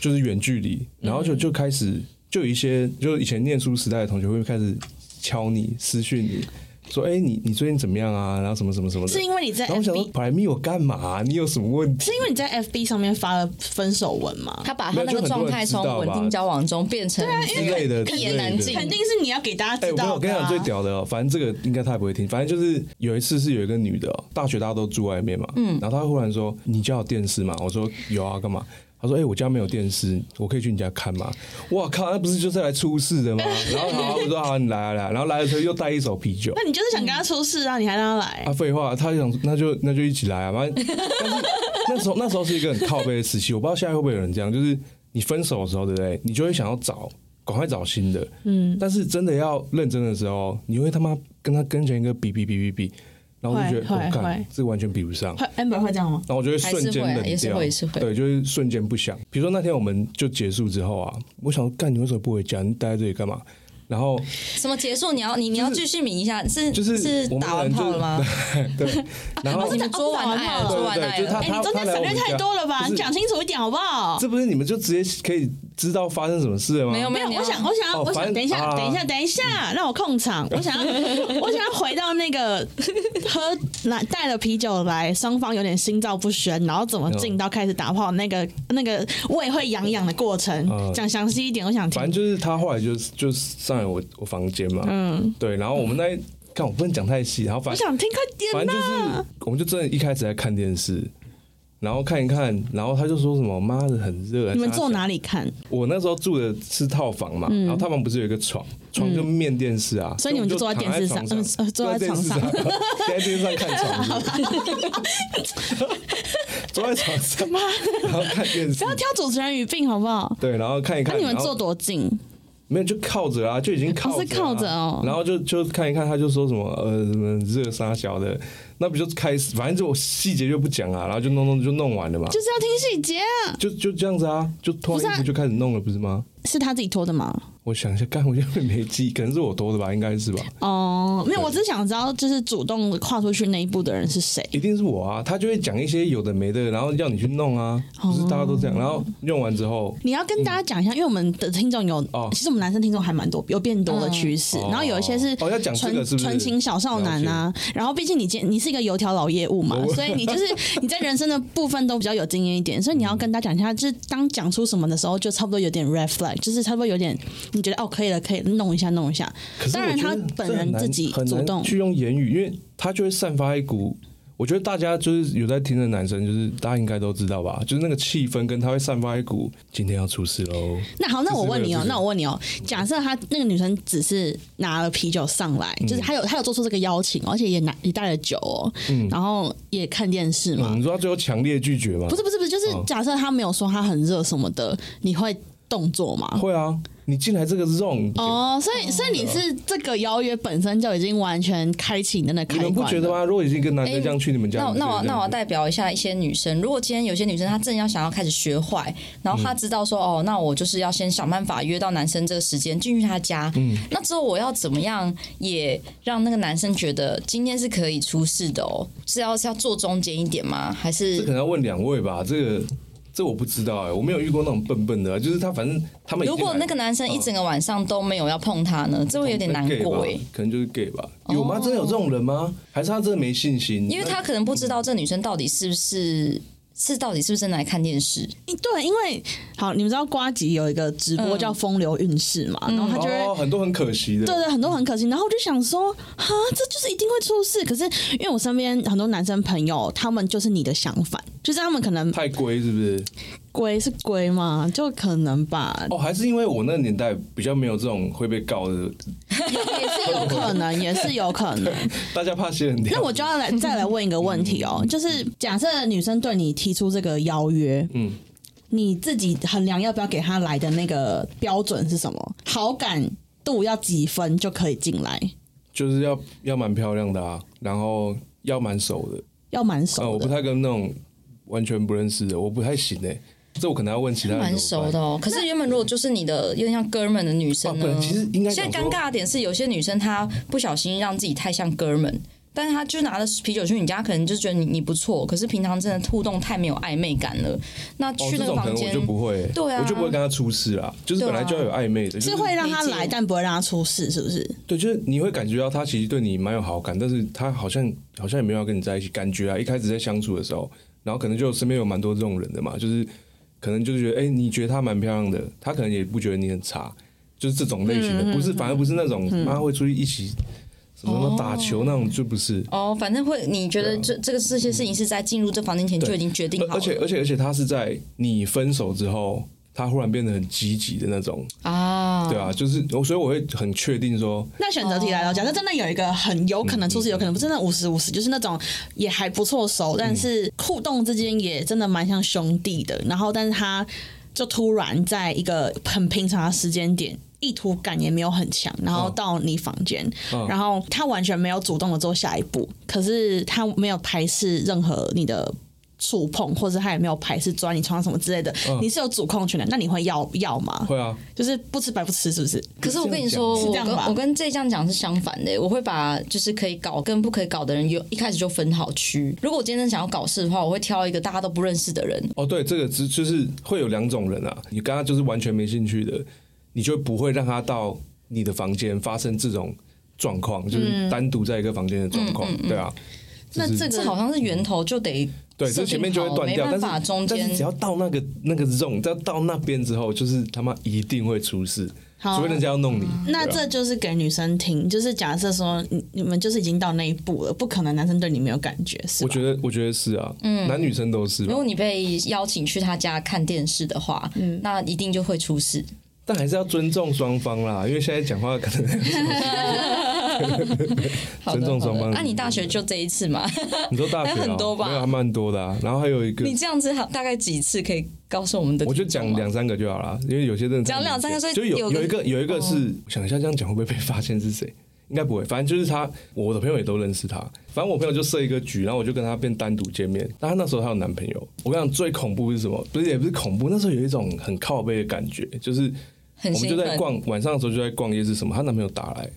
[SPEAKER 1] 就是远距离，然
[SPEAKER 3] 嗯
[SPEAKER 1] 后就就开始就有一些就以前念书时代的同学会开始敲你私讯你。说哎、你你最近怎么样啊？然后什么什么什么的，
[SPEAKER 3] 是因为你在
[SPEAKER 1] 然后我想说
[SPEAKER 3] FB
[SPEAKER 1] 跑来密我干嘛、啊你有什么问题？
[SPEAKER 3] 是因为你在 FB 上面发了分手文吗？
[SPEAKER 1] 啊
[SPEAKER 4] 他把他那个状态从稳定交往中变成
[SPEAKER 1] 之类的
[SPEAKER 4] 一言难尽
[SPEAKER 3] 肯定是你要给大家
[SPEAKER 1] 哎、
[SPEAKER 3] 知
[SPEAKER 1] 我没有
[SPEAKER 3] 道
[SPEAKER 1] 我跟
[SPEAKER 3] 的、
[SPEAKER 1] 你讲
[SPEAKER 3] 啊。
[SPEAKER 1] 最屌的、哦，反正这个应该他也不会听。反正就是有一次是有一个女的、哦，大学大家都住外面嘛，
[SPEAKER 3] 嗯
[SPEAKER 1] 然后她忽然说：“你家有电视吗？”我说：“有啊，干嘛？”她说：“哎、我家没有电视，我可以去你家看吗？”哇靠，那不是就是来出事的吗？然后好，我说：“好，你来啊来啊。”然后来的时候又带一手啤酒。
[SPEAKER 3] 那你就是想跟他出事啊？你还让他来？
[SPEAKER 1] 啊，废话，他就想那就那就一起来啊，反正 但是那时候那时候是一个很靠背的时期，我不知道现在会不会有人这样，就是你分手的时候，对不对？你就会想要找赶快找新的，嗯，但是真的要认真的时候，你会他妈跟他跟前一个比比比比比，然后我就觉得
[SPEAKER 3] 会
[SPEAKER 1] 我
[SPEAKER 3] 会
[SPEAKER 1] 看
[SPEAKER 3] 会
[SPEAKER 1] 这完全比不上。
[SPEAKER 3] 会 Amber 会这样吗？
[SPEAKER 1] 然后我就会瞬间冷掉，
[SPEAKER 4] 还是会啊也是会也是会
[SPEAKER 1] 对，就是瞬间不想。比如说那天我们就结束之后啊，我想说干你为什么不回家？你待在这里干嘛？然后
[SPEAKER 4] 什么结束？你要你你要继续抿一下，是
[SPEAKER 1] 就是我们
[SPEAKER 4] 打完
[SPEAKER 1] 人就
[SPEAKER 4] 炮了吗？？哦
[SPEAKER 1] 对， 然 后
[SPEAKER 4] 你们捉完爱了，
[SPEAKER 1] 对
[SPEAKER 4] 捉完
[SPEAKER 1] 对
[SPEAKER 4] 爱
[SPEAKER 1] 就是他
[SPEAKER 4] 了。
[SPEAKER 3] 哎、你中间
[SPEAKER 1] 他来
[SPEAKER 3] 省略
[SPEAKER 1] 我们
[SPEAKER 3] 太
[SPEAKER 1] 家
[SPEAKER 3] 多了吧？
[SPEAKER 1] 不是
[SPEAKER 3] 你讲清楚一点好不好？
[SPEAKER 1] 这不是你们就直接可以知道发生什么事了吗？
[SPEAKER 4] 没有
[SPEAKER 3] 没有，
[SPEAKER 4] 你要
[SPEAKER 3] 我想，我想要，
[SPEAKER 1] 哦
[SPEAKER 3] 我
[SPEAKER 1] 反
[SPEAKER 3] 想
[SPEAKER 1] 正
[SPEAKER 3] 等一下，
[SPEAKER 1] 啊
[SPEAKER 3] 等一下，等一下，让我控场。我想 要，我想要回到那个喝拿带了啤酒来，双方有点心照不宣，然后怎么
[SPEAKER 1] 嗯
[SPEAKER 3] 进到开始打炮那个那个胃会痒痒的过程，
[SPEAKER 1] 嗯
[SPEAKER 3] 讲详细一点，我想
[SPEAKER 1] 反正
[SPEAKER 3] 听。
[SPEAKER 1] 就是他后来就是就是上来我我房间嘛，嗯，对，然后我们那一看我不能讲太细，然后
[SPEAKER 3] 我
[SPEAKER 1] 反正
[SPEAKER 3] 想听，啊快
[SPEAKER 1] 反
[SPEAKER 3] 点
[SPEAKER 1] 正就是
[SPEAKER 3] 呐！
[SPEAKER 1] 我们就真的一开始在看电视，然后看一看，然后他就说什么妈的很热，啊
[SPEAKER 3] 你们坐
[SPEAKER 1] 还是
[SPEAKER 3] 哪里看？
[SPEAKER 1] 我那时候住的是套房嘛，然后套房不是有一个床，床就面电视啊，
[SPEAKER 3] 嗯所以你们就坐在电视上
[SPEAKER 1] 我们就躺
[SPEAKER 3] 嗯坐在
[SPEAKER 1] 电视
[SPEAKER 3] 床上
[SPEAKER 1] 上， 坐在电视上看 床 是不是，坐在床上，然后看电视
[SPEAKER 3] 不要，挑主持人语病好不好？
[SPEAKER 1] 对，然后看一
[SPEAKER 3] 那
[SPEAKER 1] 看，
[SPEAKER 3] 你们
[SPEAKER 1] 然后
[SPEAKER 3] 坐多近？
[SPEAKER 1] 没有就靠着啊，就已经靠着、啊
[SPEAKER 3] 哦是靠着哦
[SPEAKER 1] 然后就就看一看，他就说什么呃什么热沙小的，那不就开始，反正就我细节就不讲啊，然后就弄弄就弄完了嘛，
[SPEAKER 3] 就是要听细节啊！
[SPEAKER 1] 就就这样子啊，就脱完
[SPEAKER 3] 不是啊
[SPEAKER 1] 衣服就开始弄了，不是吗？
[SPEAKER 3] 是他自己脱的吗？
[SPEAKER 1] 我想一下，干，我现在没记忆，可能是我脱的吧，应该是 吧，
[SPEAKER 3] 哦，没有，我只是想知道，就是主动跨出去那一步的人是谁。
[SPEAKER 1] 一定是我啊，他就会讲一些有的没的，然后要你去弄啊，不是大家都
[SPEAKER 3] 哦
[SPEAKER 1] 这样，然后用完之后，
[SPEAKER 3] 你要跟大家讲一下，因为我们的听众有，
[SPEAKER 1] 嗯哦
[SPEAKER 3] 其实我们男生听众还蛮多，有变多的趋势。
[SPEAKER 1] 嗯
[SPEAKER 3] 然后有一些是
[SPEAKER 1] 哦要讲这个
[SPEAKER 3] 纯
[SPEAKER 1] 是不是
[SPEAKER 3] 纯情小少男啊。然后毕竟你今你是一个油条老业务嘛，所以你就是 你在人生的部分都比较有经验一点，所以你要跟大家讲一下，就是当讲出什么的时候，就差不多有点 red flag，就是差不多有点你觉得哦可以了，可以弄一下弄一下。
[SPEAKER 1] 可是
[SPEAKER 3] 当
[SPEAKER 1] 我
[SPEAKER 3] 然
[SPEAKER 1] 觉
[SPEAKER 3] 他
[SPEAKER 1] 得
[SPEAKER 3] 本
[SPEAKER 1] 这很
[SPEAKER 3] 人
[SPEAKER 1] 难
[SPEAKER 3] 自己
[SPEAKER 1] 很
[SPEAKER 3] 主
[SPEAKER 1] 难
[SPEAKER 3] 动
[SPEAKER 1] 去用言语，因为他就会散发一股。我觉得大家就是有在听的男生，就是大家应该都知道吧，就是那个气氛跟他会散发一股今天要出事喽。
[SPEAKER 3] 那好，那我问你哦、
[SPEAKER 1] 就是为了这个
[SPEAKER 3] 那我问你哦、假设她那个女生只是拿了啤酒上来，
[SPEAKER 1] 嗯
[SPEAKER 3] 就是她有她有做出这个邀请，哦而且也拿也带了酒哦、然后也看电视嘛，
[SPEAKER 1] 嗯你说他最后强烈拒绝吗
[SPEAKER 3] 不？是不是不是，就是
[SPEAKER 1] 嗯
[SPEAKER 3] 假设她没有说她很热什么的，你会动作吗？
[SPEAKER 1] 会嗯啊，你进来这个 zone，、
[SPEAKER 3] 哦，所以所以你是这个邀约本身就已经完全开启你的那
[SPEAKER 1] 你
[SPEAKER 3] 开
[SPEAKER 1] 们不觉
[SPEAKER 3] 关
[SPEAKER 1] 得
[SPEAKER 3] 了。
[SPEAKER 1] 吗？如果已经跟男
[SPEAKER 4] 哎
[SPEAKER 1] 生这样去你们家，
[SPEAKER 4] 那我
[SPEAKER 1] 你们
[SPEAKER 4] 那我
[SPEAKER 1] 觉得
[SPEAKER 4] 那我要
[SPEAKER 1] 这样
[SPEAKER 4] 代表一下一些女生，如果今天有些女生她正要想要开始学坏，然
[SPEAKER 1] 嗯
[SPEAKER 4] 后她知道说、哦，那我就是要先想办法约到男生这个时间进去他家，
[SPEAKER 1] 嗯
[SPEAKER 4] 那之后我要怎么样也让那个男生觉得今天是可以出事的哦，是要是要做中间一点吗？还
[SPEAKER 1] 这可
[SPEAKER 4] 是
[SPEAKER 1] 能要问两位吧，这个这我不知道哎、我没有遇过那种笨笨的啊、就是他反正他们已经
[SPEAKER 4] 如果
[SPEAKER 1] 来
[SPEAKER 4] 那个男生一整个晚上都没有要碰她呢，这会有点难
[SPEAKER 1] gay 吧
[SPEAKER 4] 过哎、
[SPEAKER 1] 可能就是 gay 吧？有吗？真的有这种人吗？还是他真的没信心？
[SPEAKER 4] 因为他可能不知道这女生到底是不是是到底是不是真的来看电视，
[SPEAKER 3] 对，因为好，你们知道瓜吉有一个直播叫“风流韵事”嘛，然后他就会
[SPEAKER 1] 哦，很多很可惜的。
[SPEAKER 3] 对对，很多很可惜。然后我就想说，哈，这就是一定会出事。可是因为我身边很多男生朋友，他们就是你的相反，就是他们可能
[SPEAKER 1] 太龟是不是？
[SPEAKER 3] 龟是龟嘛，就可能吧，
[SPEAKER 1] 哦，还是因为我那个年代比较没有这种会被告的，
[SPEAKER 3] 也是有可能，也是有可能。
[SPEAKER 1] 大家怕仙人跳。
[SPEAKER 3] 那我就要来再来问一个问题哦，就是假设女生对你提出这个邀约，嗯，你自己衡量要不要给他来的那个标准是什么？好感度要几分就可以进来？
[SPEAKER 1] 就是要要蛮漂亮的啊，然后要蛮熟的。
[SPEAKER 3] 要蛮
[SPEAKER 1] 啊、
[SPEAKER 3] 熟
[SPEAKER 1] 我不
[SPEAKER 3] 的。
[SPEAKER 1] 太跟那种完全不认识的，我不太行哎、这我可能要问其他人。
[SPEAKER 4] 蛮熟的。哦。可是原本如果就是你的有点像哥们的女
[SPEAKER 1] 啊，
[SPEAKER 4] 生
[SPEAKER 1] 不
[SPEAKER 4] 呢
[SPEAKER 1] 然，其实应该
[SPEAKER 4] 现在
[SPEAKER 1] 讲
[SPEAKER 4] 尴
[SPEAKER 1] 说
[SPEAKER 4] 尬的点是，有些女生她不小心让自己太像哥们。但是她就拿着啤酒去你家，可能就觉得你你不错，可是平常真的互动太没有暧昧感了。那
[SPEAKER 1] 哦，
[SPEAKER 4] 去
[SPEAKER 1] 这
[SPEAKER 4] 那个
[SPEAKER 1] 种可
[SPEAKER 4] 房
[SPEAKER 1] 能我
[SPEAKER 4] 间，
[SPEAKER 1] 就不会欸、
[SPEAKER 4] 对啊
[SPEAKER 1] 我就不会跟他出事啦。就是本来就要有暧昧的，就是
[SPEAKER 3] 会让他
[SPEAKER 4] 理
[SPEAKER 3] 来，
[SPEAKER 4] 解
[SPEAKER 3] 但不会让他出事，是不是？
[SPEAKER 1] 对，就是你会感觉到他其实对你蛮有好感，但是他好像好像也没有要跟你在一起，感觉啊，一开始在相处的时候，然后可能就身边有蛮多这种人的嘛，就是可能就是觉得，哎、你觉得她蛮漂亮的，他可能也不觉得你很差，就是这种类型
[SPEAKER 4] 嗯
[SPEAKER 1] 的，不是，反而不是那种妈、会出去一起什么什么打球那种，就不是。
[SPEAKER 4] 哦，反正会，你觉得这这个这些事情是在进入这房间前就已经决定好了，
[SPEAKER 1] 啊而且而且而且他是在你分手之后，他忽然变得很积极的那种，
[SPEAKER 4] 啊，
[SPEAKER 1] 对啊，就是我所以我会很确定说，
[SPEAKER 3] 那选择题来了，假设真的有一个很有可能出事，有可能不是那五十五十，就是那种也还不错熟，但是互动之间也真的蛮像兄弟的。然后，但是他就突然在一个很平常的时间点。意图感也没有很强，然后到你房间，然后他完全没有主动的做下一步，可是他没有排斥任何你的触碰，或者他也没有排斥抓你床什么之类的，你是有主控权的，那你会要要吗？
[SPEAKER 1] 会啊，
[SPEAKER 3] 就是不吃白不吃，是不是？
[SPEAKER 4] 可是我跟你说，
[SPEAKER 1] 是
[SPEAKER 4] 我
[SPEAKER 3] 这样
[SPEAKER 4] 跟
[SPEAKER 3] 吧
[SPEAKER 4] 我跟这这样讲是相反的。我会把就是可以搞跟不可以搞的人有一开始就分好区。如果我今天想要搞事的话，我会挑一个大家都不认识的人。
[SPEAKER 1] 哦，对，这个只就是会有两种人啊，你刚刚就是完全没兴趣的，你就不会让他到你的房间发生这种状况，就是
[SPEAKER 4] 嗯
[SPEAKER 1] 单独在一个房间的状况，对啊。
[SPEAKER 3] 那
[SPEAKER 1] 就是
[SPEAKER 3] 这个
[SPEAKER 4] 这好像是源头就得
[SPEAKER 1] 对，啊这
[SPEAKER 4] 设定
[SPEAKER 1] 前面就会
[SPEAKER 4] 好
[SPEAKER 1] 断掉，
[SPEAKER 4] 没办法
[SPEAKER 1] 但是
[SPEAKER 4] 中间
[SPEAKER 1] 但是只要到那个那个 zone，只要到那边之后，就是他妈一定会出事，
[SPEAKER 3] 好
[SPEAKER 1] 除非人家要弄你。
[SPEAKER 4] 嗯
[SPEAKER 3] 那
[SPEAKER 1] 对啊
[SPEAKER 3] 这就是给女生听，就是假设说你你们就是已经到那一步了，不可能男生对你没有感觉，是
[SPEAKER 1] 我
[SPEAKER 3] 吧？
[SPEAKER 1] 觉得我觉得是啊，
[SPEAKER 4] 嗯
[SPEAKER 1] 男女生都是吧
[SPEAKER 4] 如，果你被邀请去他家看电视的话，那一定就会出事。
[SPEAKER 1] 但还是要尊重双方啦，因为现在讲话可能
[SPEAKER 4] 好的
[SPEAKER 1] 尊重
[SPEAKER 4] 好的
[SPEAKER 1] 双方
[SPEAKER 4] 那、啊你大学就这一次嘛？
[SPEAKER 1] 你说大学、啊、
[SPEAKER 4] 还很多吧
[SPEAKER 1] 没有还蛮多的、啊，然后还有一个
[SPEAKER 4] 你这样子大概几次可以告诉我们的
[SPEAKER 1] 我
[SPEAKER 4] 呃听众吗？啊
[SPEAKER 1] 就讲两三个就好了，因为有些真的
[SPEAKER 4] 讲两三个所以
[SPEAKER 1] 就
[SPEAKER 4] 有
[SPEAKER 1] 有
[SPEAKER 4] 个哦
[SPEAKER 1] 有一个有一个是、我想一下这样讲会不会被发现是谁？应该不会，反正就是他，我的朋友也都认识他。反正我朋友就设一个局，然后我就跟他变单独见面。但他那时候还有男朋友。
[SPEAKER 4] 嗯
[SPEAKER 1] 我跟你讲最恐怖是什么？不是也不是恐怖，那时候有一种很靠背的感觉，就是
[SPEAKER 4] 很
[SPEAKER 1] 我们
[SPEAKER 4] 兴
[SPEAKER 1] 就在
[SPEAKER 4] 奋。
[SPEAKER 1] 逛晚上的时候就在逛夜市什么，她男朋友打来，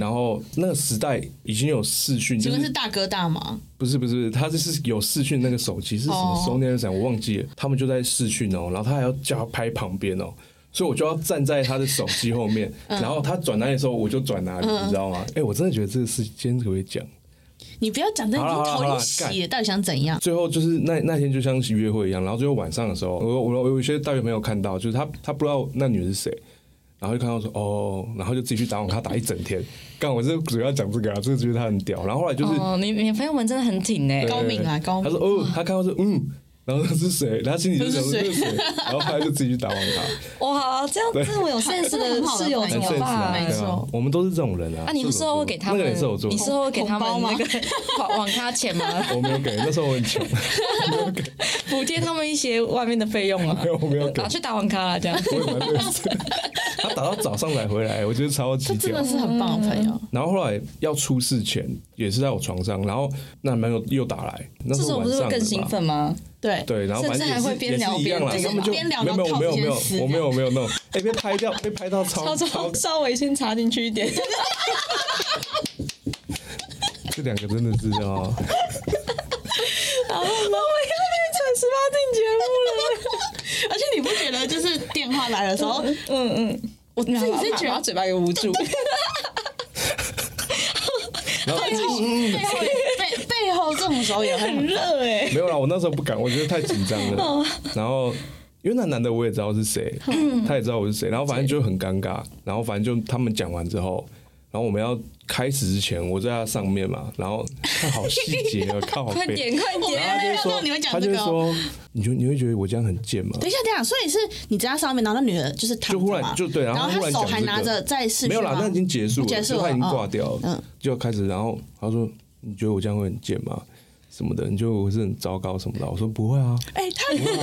[SPEAKER 1] 然后那个时代已经有视讯，就
[SPEAKER 3] 请
[SPEAKER 1] 是
[SPEAKER 3] 问是大哥大吗？
[SPEAKER 1] 不是不是，他就是有视讯那个手机是什么 Sony 还是什么我忘记了。他们就在视讯哦，然后他还要叫他拍旁边哦，所以我就要站在他的手机后面，然后他转哪里的时候我就转哪里，你知道吗？哎、我真的觉得这个事今天可不可以讲？
[SPEAKER 3] 你不要讲这已
[SPEAKER 1] 好
[SPEAKER 3] 经
[SPEAKER 1] 啦好啦
[SPEAKER 3] 头已经
[SPEAKER 1] 好啦
[SPEAKER 3] 洗了，到底想怎样？
[SPEAKER 1] 最后就是那那天就像是约会一样，然后最后晚上的时候，我我我有一些大学朋友看到，就是他他不知道那女的是谁，然后就看到说哦，然后就自己去打网咖打一整天。干，我是主要讲这个啊，这个觉得他很屌。然后后来就是
[SPEAKER 4] 哦，你你朋友们真的很挺哎、
[SPEAKER 3] 高明啊高
[SPEAKER 1] 他
[SPEAKER 3] 明
[SPEAKER 1] 说哦，他看到说嗯，然后那是谁？然后心里就想说
[SPEAKER 3] 这
[SPEAKER 1] 这
[SPEAKER 3] 是
[SPEAKER 1] 是谁？然后后来就自己去打网咖，
[SPEAKER 4] 哇，这样这么有 sense 的室友
[SPEAKER 1] 很
[SPEAKER 4] 怎么
[SPEAKER 1] sense 啊，
[SPEAKER 4] 办
[SPEAKER 1] 对？啊，我们都是这种人啊。
[SPEAKER 4] 啊，你们
[SPEAKER 1] 射
[SPEAKER 4] 事
[SPEAKER 1] 手座
[SPEAKER 4] 后会给他
[SPEAKER 1] 那
[SPEAKER 4] 们
[SPEAKER 1] 个人射手座
[SPEAKER 4] 你，事后会给他们
[SPEAKER 3] 红包吗
[SPEAKER 4] 那 个网网咖钱吗？
[SPEAKER 1] 我没有给，那时候我很穷，
[SPEAKER 4] 补贴他们一些外面的费用啊
[SPEAKER 1] 没？有我没有给
[SPEAKER 4] 拿，去打网咖啊啦，这样。
[SPEAKER 1] 我也蛮乐死。他打到早上才回来，我觉得超级
[SPEAKER 3] 真
[SPEAKER 1] 屌
[SPEAKER 3] 的。是很棒的朋友。
[SPEAKER 1] 然后后来要出事前，也是在我床上，然后那男朋友又打来，那
[SPEAKER 4] 这
[SPEAKER 1] 时
[SPEAKER 4] 时
[SPEAKER 1] 候
[SPEAKER 4] 候
[SPEAKER 1] 晚
[SPEAKER 4] 不是
[SPEAKER 1] 上
[SPEAKER 4] 会更
[SPEAKER 1] 的
[SPEAKER 4] 兴
[SPEAKER 1] 吧
[SPEAKER 4] 奋吗？
[SPEAKER 3] 对，
[SPEAKER 1] 对，然后反正也
[SPEAKER 4] 甚至还
[SPEAKER 1] 是
[SPEAKER 4] 会边
[SPEAKER 1] 也
[SPEAKER 4] 聊
[SPEAKER 1] 是一样啦，
[SPEAKER 4] 边
[SPEAKER 1] 根本
[SPEAKER 3] 就是
[SPEAKER 1] 就
[SPEAKER 3] 边聊
[SPEAKER 1] 没有没有
[SPEAKER 3] 然后
[SPEAKER 1] 没有
[SPEAKER 3] 套
[SPEAKER 1] 没有
[SPEAKER 3] 这件事
[SPEAKER 1] 我没有没有弄，哎，被拍掉，被拍到
[SPEAKER 4] 稍
[SPEAKER 1] 超超
[SPEAKER 4] 稍，稍微先插进去一点，
[SPEAKER 1] 这两个真的是哦，
[SPEAKER 3] 哦
[SPEAKER 4] 好了吗？我要变成十八禁节目了。
[SPEAKER 3] 而且你不觉得就是电话来的时 候，
[SPEAKER 4] 嗯嗯，我自
[SPEAKER 3] 己是觉得
[SPEAKER 4] 把嘴巴给捂住，
[SPEAKER 1] 然后
[SPEAKER 3] 背后背背后这种时候也会
[SPEAKER 4] 很
[SPEAKER 3] 嗯很
[SPEAKER 4] 热哎。
[SPEAKER 1] 没有啦，我那时候不敢，我觉得太紧张
[SPEAKER 3] 哦
[SPEAKER 1] 了。然后因为那男的我也知道是谁，
[SPEAKER 3] 嗯
[SPEAKER 1] 他也知道我是谁，然后反正就很尴尬。然后反正就他们讲完之后，然后我们要开始之前，我在他上面嘛，然后看好细节哦，靠好
[SPEAKER 4] 快
[SPEAKER 1] 背。
[SPEAKER 4] 点快
[SPEAKER 1] 然后
[SPEAKER 4] 点！
[SPEAKER 1] 他就会
[SPEAKER 3] 我
[SPEAKER 1] 说，
[SPEAKER 3] 没有料到你会讲
[SPEAKER 1] 他就会
[SPEAKER 3] 这个哦
[SPEAKER 1] 说，你觉得你会觉得我这样很贱吗？
[SPEAKER 3] 等一下，等一下，所以是你在他上面，然后那女的就是躺着嘛
[SPEAKER 1] 就忽然就对然
[SPEAKER 3] 然
[SPEAKER 1] 后
[SPEAKER 3] 后
[SPEAKER 1] 忽
[SPEAKER 3] 他
[SPEAKER 1] 然
[SPEAKER 3] 手
[SPEAKER 1] 讲
[SPEAKER 3] 还
[SPEAKER 1] 这个
[SPEAKER 3] 拿着在视
[SPEAKER 1] 没有啦，
[SPEAKER 3] 讯吗
[SPEAKER 1] 那已经结束了，
[SPEAKER 3] 结束
[SPEAKER 1] 就
[SPEAKER 3] 了
[SPEAKER 1] 他已经挂掉
[SPEAKER 3] 嗯
[SPEAKER 1] 了。就开始，然后他说，你觉得我这样会很贱吗？什么的，你就我是很糟糕什么的。我说不会啊，
[SPEAKER 3] 哎、他不是不是，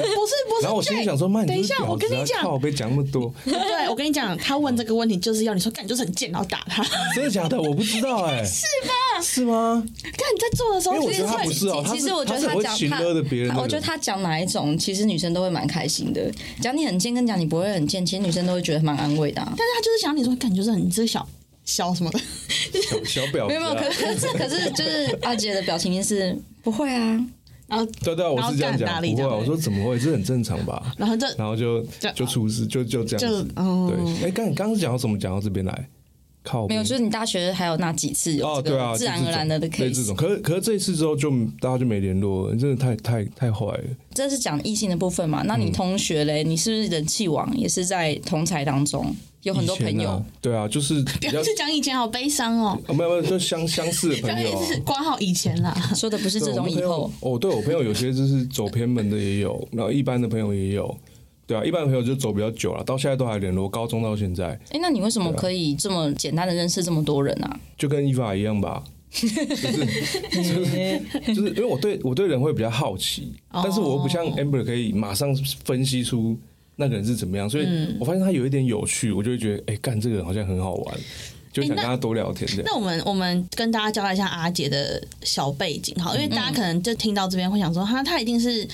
[SPEAKER 1] 然后我心里
[SPEAKER 3] Jack，
[SPEAKER 1] 想说，妈，你
[SPEAKER 3] 等一
[SPEAKER 1] 就是
[SPEAKER 3] 下，我
[SPEAKER 1] 婊
[SPEAKER 3] 跟
[SPEAKER 1] 子
[SPEAKER 3] 你
[SPEAKER 1] 啊！
[SPEAKER 3] 讲
[SPEAKER 1] 靠，，被讲那么多，
[SPEAKER 3] 对我跟你讲，他问这个问题就是要你说，干你就是很贱，然后打他。
[SPEAKER 1] 真的假的？我不知道哎，是吧？ 是吗？
[SPEAKER 3] 干你在做的时候，
[SPEAKER 1] 因为我觉得他不是哦，他
[SPEAKER 4] 其实我觉得
[SPEAKER 1] 他是
[SPEAKER 4] 他
[SPEAKER 1] 会
[SPEAKER 4] 讲
[SPEAKER 1] 情勒的别人的
[SPEAKER 4] 他，
[SPEAKER 1] 人，
[SPEAKER 4] 我觉得他讲哪一种，其实女生都会蛮开心的。讲你很贱跟讲你不会很贱，其实女生都会觉得蛮安慰的、啊。
[SPEAKER 3] 但是他就是想你说，感觉是很你这个小小什么的，
[SPEAKER 1] 小小婊
[SPEAKER 4] 没有没有，
[SPEAKER 1] 子
[SPEAKER 4] 可
[SPEAKER 1] 啊。
[SPEAKER 4] 是可是就是阿杰的表情就是不会啊，
[SPEAKER 3] 然后
[SPEAKER 1] 对对啊，我
[SPEAKER 3] 然后
[SPEAKER 1] 是这样
[SPEAKER 3] 干
[SPEAKER 1] 讲，
[SPEAKER 3] 打
[SPEAKER 1] 不
[SPEAKER 3] 理
[SPEAKER 1] 会
[SPEAKER 3] 这
[SPEAKER 1] 啊。
[SPEAKER 3] 样
[SPEAKER 1] 我说怎么会？这很正常吧。
[SPEAKER 3] 然后这
[SPEAKER 1] 然后就
[SPEAKER 3] 就
[SPEAKER 1] 就出事，就就这样
[SPEAKER 3] 就
[SPEAKER 1] 子。
[SPEAKER 3] 哦，
[SPEAKER 1] 对，哎，刚你刚刚讲到怎么讲到这边来？靠背，
[SPEAKER 4] 没有，就是你大学还有那几次有
[SPEAKER 1] 哦，
[SPEAKER 4] 这
[SPEAKER 1] 对啊，
[SPEAKER 4] 个自然而然的的
[SPEAKER 1] 对这
[SPEAKER 4] case，
[SPEAKER 1] 种，可是可是这一次之后就大家就没联络了，真的太太太坏了。
[SPEAKER 4] 这是讲异性的部分嘛？那你同学嘞，你是不是人气王？也是在同才当中有很多
[SPEAKER 1] 以前
[SPEAKER 4] 朋友
[SPEAKER 1] 啊，，对啊，就是比
[SPEAKER 3] 不
[SPEAKER 1] 较
[SPEAKER 3] 要去讲以前好悲伤哦，
[SPEAKER 1] 啊，没有没有，就相相似的朋友啊。
[SPEAKER 3] 是挂号以前啦，
[SPEAKER 4] 说的不是
[SPEAKER 1] 对
[SPEAKER 4] 这
[SPEAKER 1] 我
[SPEAKER 4] 种
[SPEAKER 1] 们
[SPEAKER 4] 以
[SPEAKER 1] 朋友
[SPEAKER 4] 后。
[SPEAKER 1] 哦，对我朋友有些就是走偏门的也有， 然后一般的朋友也有，对啊，一般的朋友就走比较久了，到现在都还联络，高中到现在
[SPEAKER 4] 哎、那你为什么可以这么简单的认识这么多人啊？
[SPEAKER 1] 就跟伊法一样吧， 就是 就是就是因为我对我对人会比较好奇，
[SPEAKER 4] 哦
[SPEAKER 1] 但是我又不像 Amber 可以马上分析出。那个人是怎么样？所以
[SPEAKER 4] 嗯
[SPEAKER 1] 我发现他有一点有趣，我就会觉得，哎、干这个人好像很好玩，
[SPEAKER 4] 哎
[SPEAKER 1] 就想
[SPEAKER 3] 那
[SPEAKER 1] 跟他多聊天这样。
[SPEAKER 3] 那我们我们跟大家交代一下阿杰的小背景，
[SPEAKER 1] 嗯
[SPEAKER 3] 好，因为大家可能就听到这边会想说，哈，他一定是。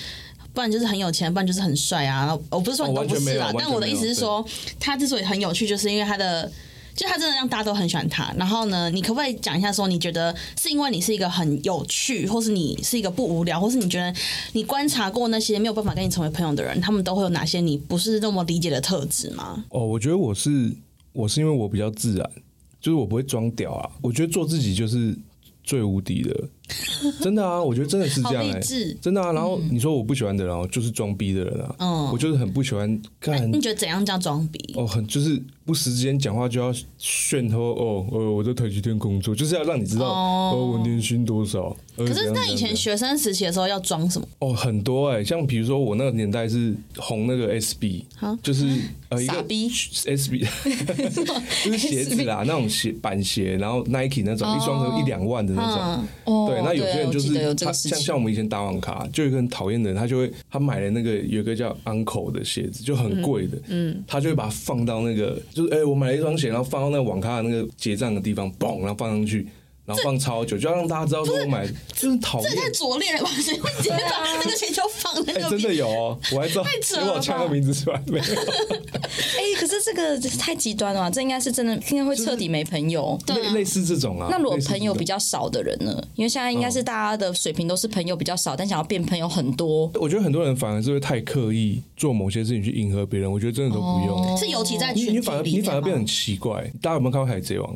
[SPEAKER 3] 不然就是很有钱，不然就是很帅啊！然后我不是说你
[SPEAKER 1] 哦
[SPEAKER 3] 都
[SPEAKER 1] 完
[SPEAKER 3] 不
[SPEAKER 1] 全没
[SPEAKER 3] 是
[SPEAKER 1] 有
[SPEAKER 3] 啦，
[SPEAKER 1] 完
[SPEAKER 3] 但
[SPEAKER 1] 全
[SPEAKER 3] 我的
[SPEAKER 1] 没
[SPEAKER 3] 意
[SPEAKER 1] 有
[SPEAKER 3] 思是说，他之所以很有趣，就是因为他的，就他真的让大家都很喜欢他。然后呢，你可不可以讲一下说，你觉得是因为你是一个很有趣，或是你是一个不无聊，或是你觉得你观察过那些没有办法跟你成为朋友的人，他们都会有哪些你不是那么理解的特质吗？
[SPEAKER 1] 哦，我觉得我是我是因为我比较自然，就是我不会装屌啊。我觉得做自己就是最无敌的，真的啊，我觉得真的是
[SPEAKER 3] 好
[SPEAKER 1] 这样
[SPEAKER 3] 励
[SPEAKER 1] 哎、
[SPEAKER 3] 志！
[SPEAKER 1] 真的啊。然后你说我不喜欢的人、啊，我就是装逼的人啊，
[SPEAKER 3] 嗯哎
[SPEAKER 1] 我就是很不喜欢干
[SPEAKER 3] 你觉得怎样叫装逼？
[SPEAKER 1] 哦，很就是不时之间讲话就要炫说哦，呃，我在台积电工作，就是要让你知道
[SPEAKER 3] 哦
[SPEAKER 1] 哦我年薪多少。呃可
[SPEAKER 3] 可是那以前学生时期的时候要装什么？
[SPEAKER 1] 哦，很多哎、像比如说我那个年代是红那个 SB，
[SPEAKER 3] 啊
[SPEAKER 1] 就是呃一个
[SPEAKER 4] 傻逼
[SPEAKER 1] SB，就是鞋子啦，那种鞋板鞋，然后 Nike 那种、一双可能一两万的那
[SPEAKER 3] 嗯
[SPEAKER 1] 种。
[SPEAKER 4] 哦
[SPEAKER 1] 对，那有些人就
[SPEAKER 4] 我记
[SPEAKER 1] 是
[SPEAKER 4] 得有这
[SPEAKER 1] 他
[SPEAKER 4] 个事
[SPEAKER 1] 像
[SPEAKER 4] 情。
[SPEAKER 1] 像我们以前打网咖，就有一个很讨厌的人，他就会他买了那个有一个叫 Uncle 的鞋子，就很贵的，嗯，他就会把它放到那个就是哎、我买了一双鞋，然后放到那个网咖的那个结账的地方，嘣，然后放上去。然后放超久，就要让大家知道说我买，就是讨厌
[SPEAKER 3] 这也。太拙劣了吧！谁会直接把那个钱就放在
[SPEAKER 1] 哎、
[SPEAKER 3] 那
[SPEAKER 1] 真
[SPEAKER 3] 边？
[SPEAKER 1] 的有哦，我还知道，
[SPEAKER 3] 扯
[SPEAKER 1] 因
[SPEAKER 3] 了
[SPEAKER 1] 为我掐个名字出来没有？啊
[SPEAKER 4] 哎、可是这个太极端了吧，啊这应该是真的，应该会彻底没朋友。
[SPEAKER 1] 类类似这种啊。
[SPEAKER 4] 那如果
[SPEAKER 1] 类似
[SPEAKER 4] 朋友
[SPEAKER 1] 这种
[SPEAKER 4] 比较少的人呢？因为现在应该
[SPEAKER 1] 嗯
[SPEAKER 4] 是大家的水平都是朋友比较少，但想要变朋友很多。
[SPEAKER 1] 我觉得很多人反而是会太刻意做某些事情去迎合别人，我觉得真的都不用。哦
[SPEAKER 3] 是尤其在群
[SPEAKER 1] 你
[SPEAKER 3] 体
[SPEAKER 1] 你反而
[SPEAKER 3] 里面
[SPEAKER 1] 你反而变得
[SPEAKER 3] 吗
[SPEAKER 1] 很奇怪。大家有没有看过《海贼王》？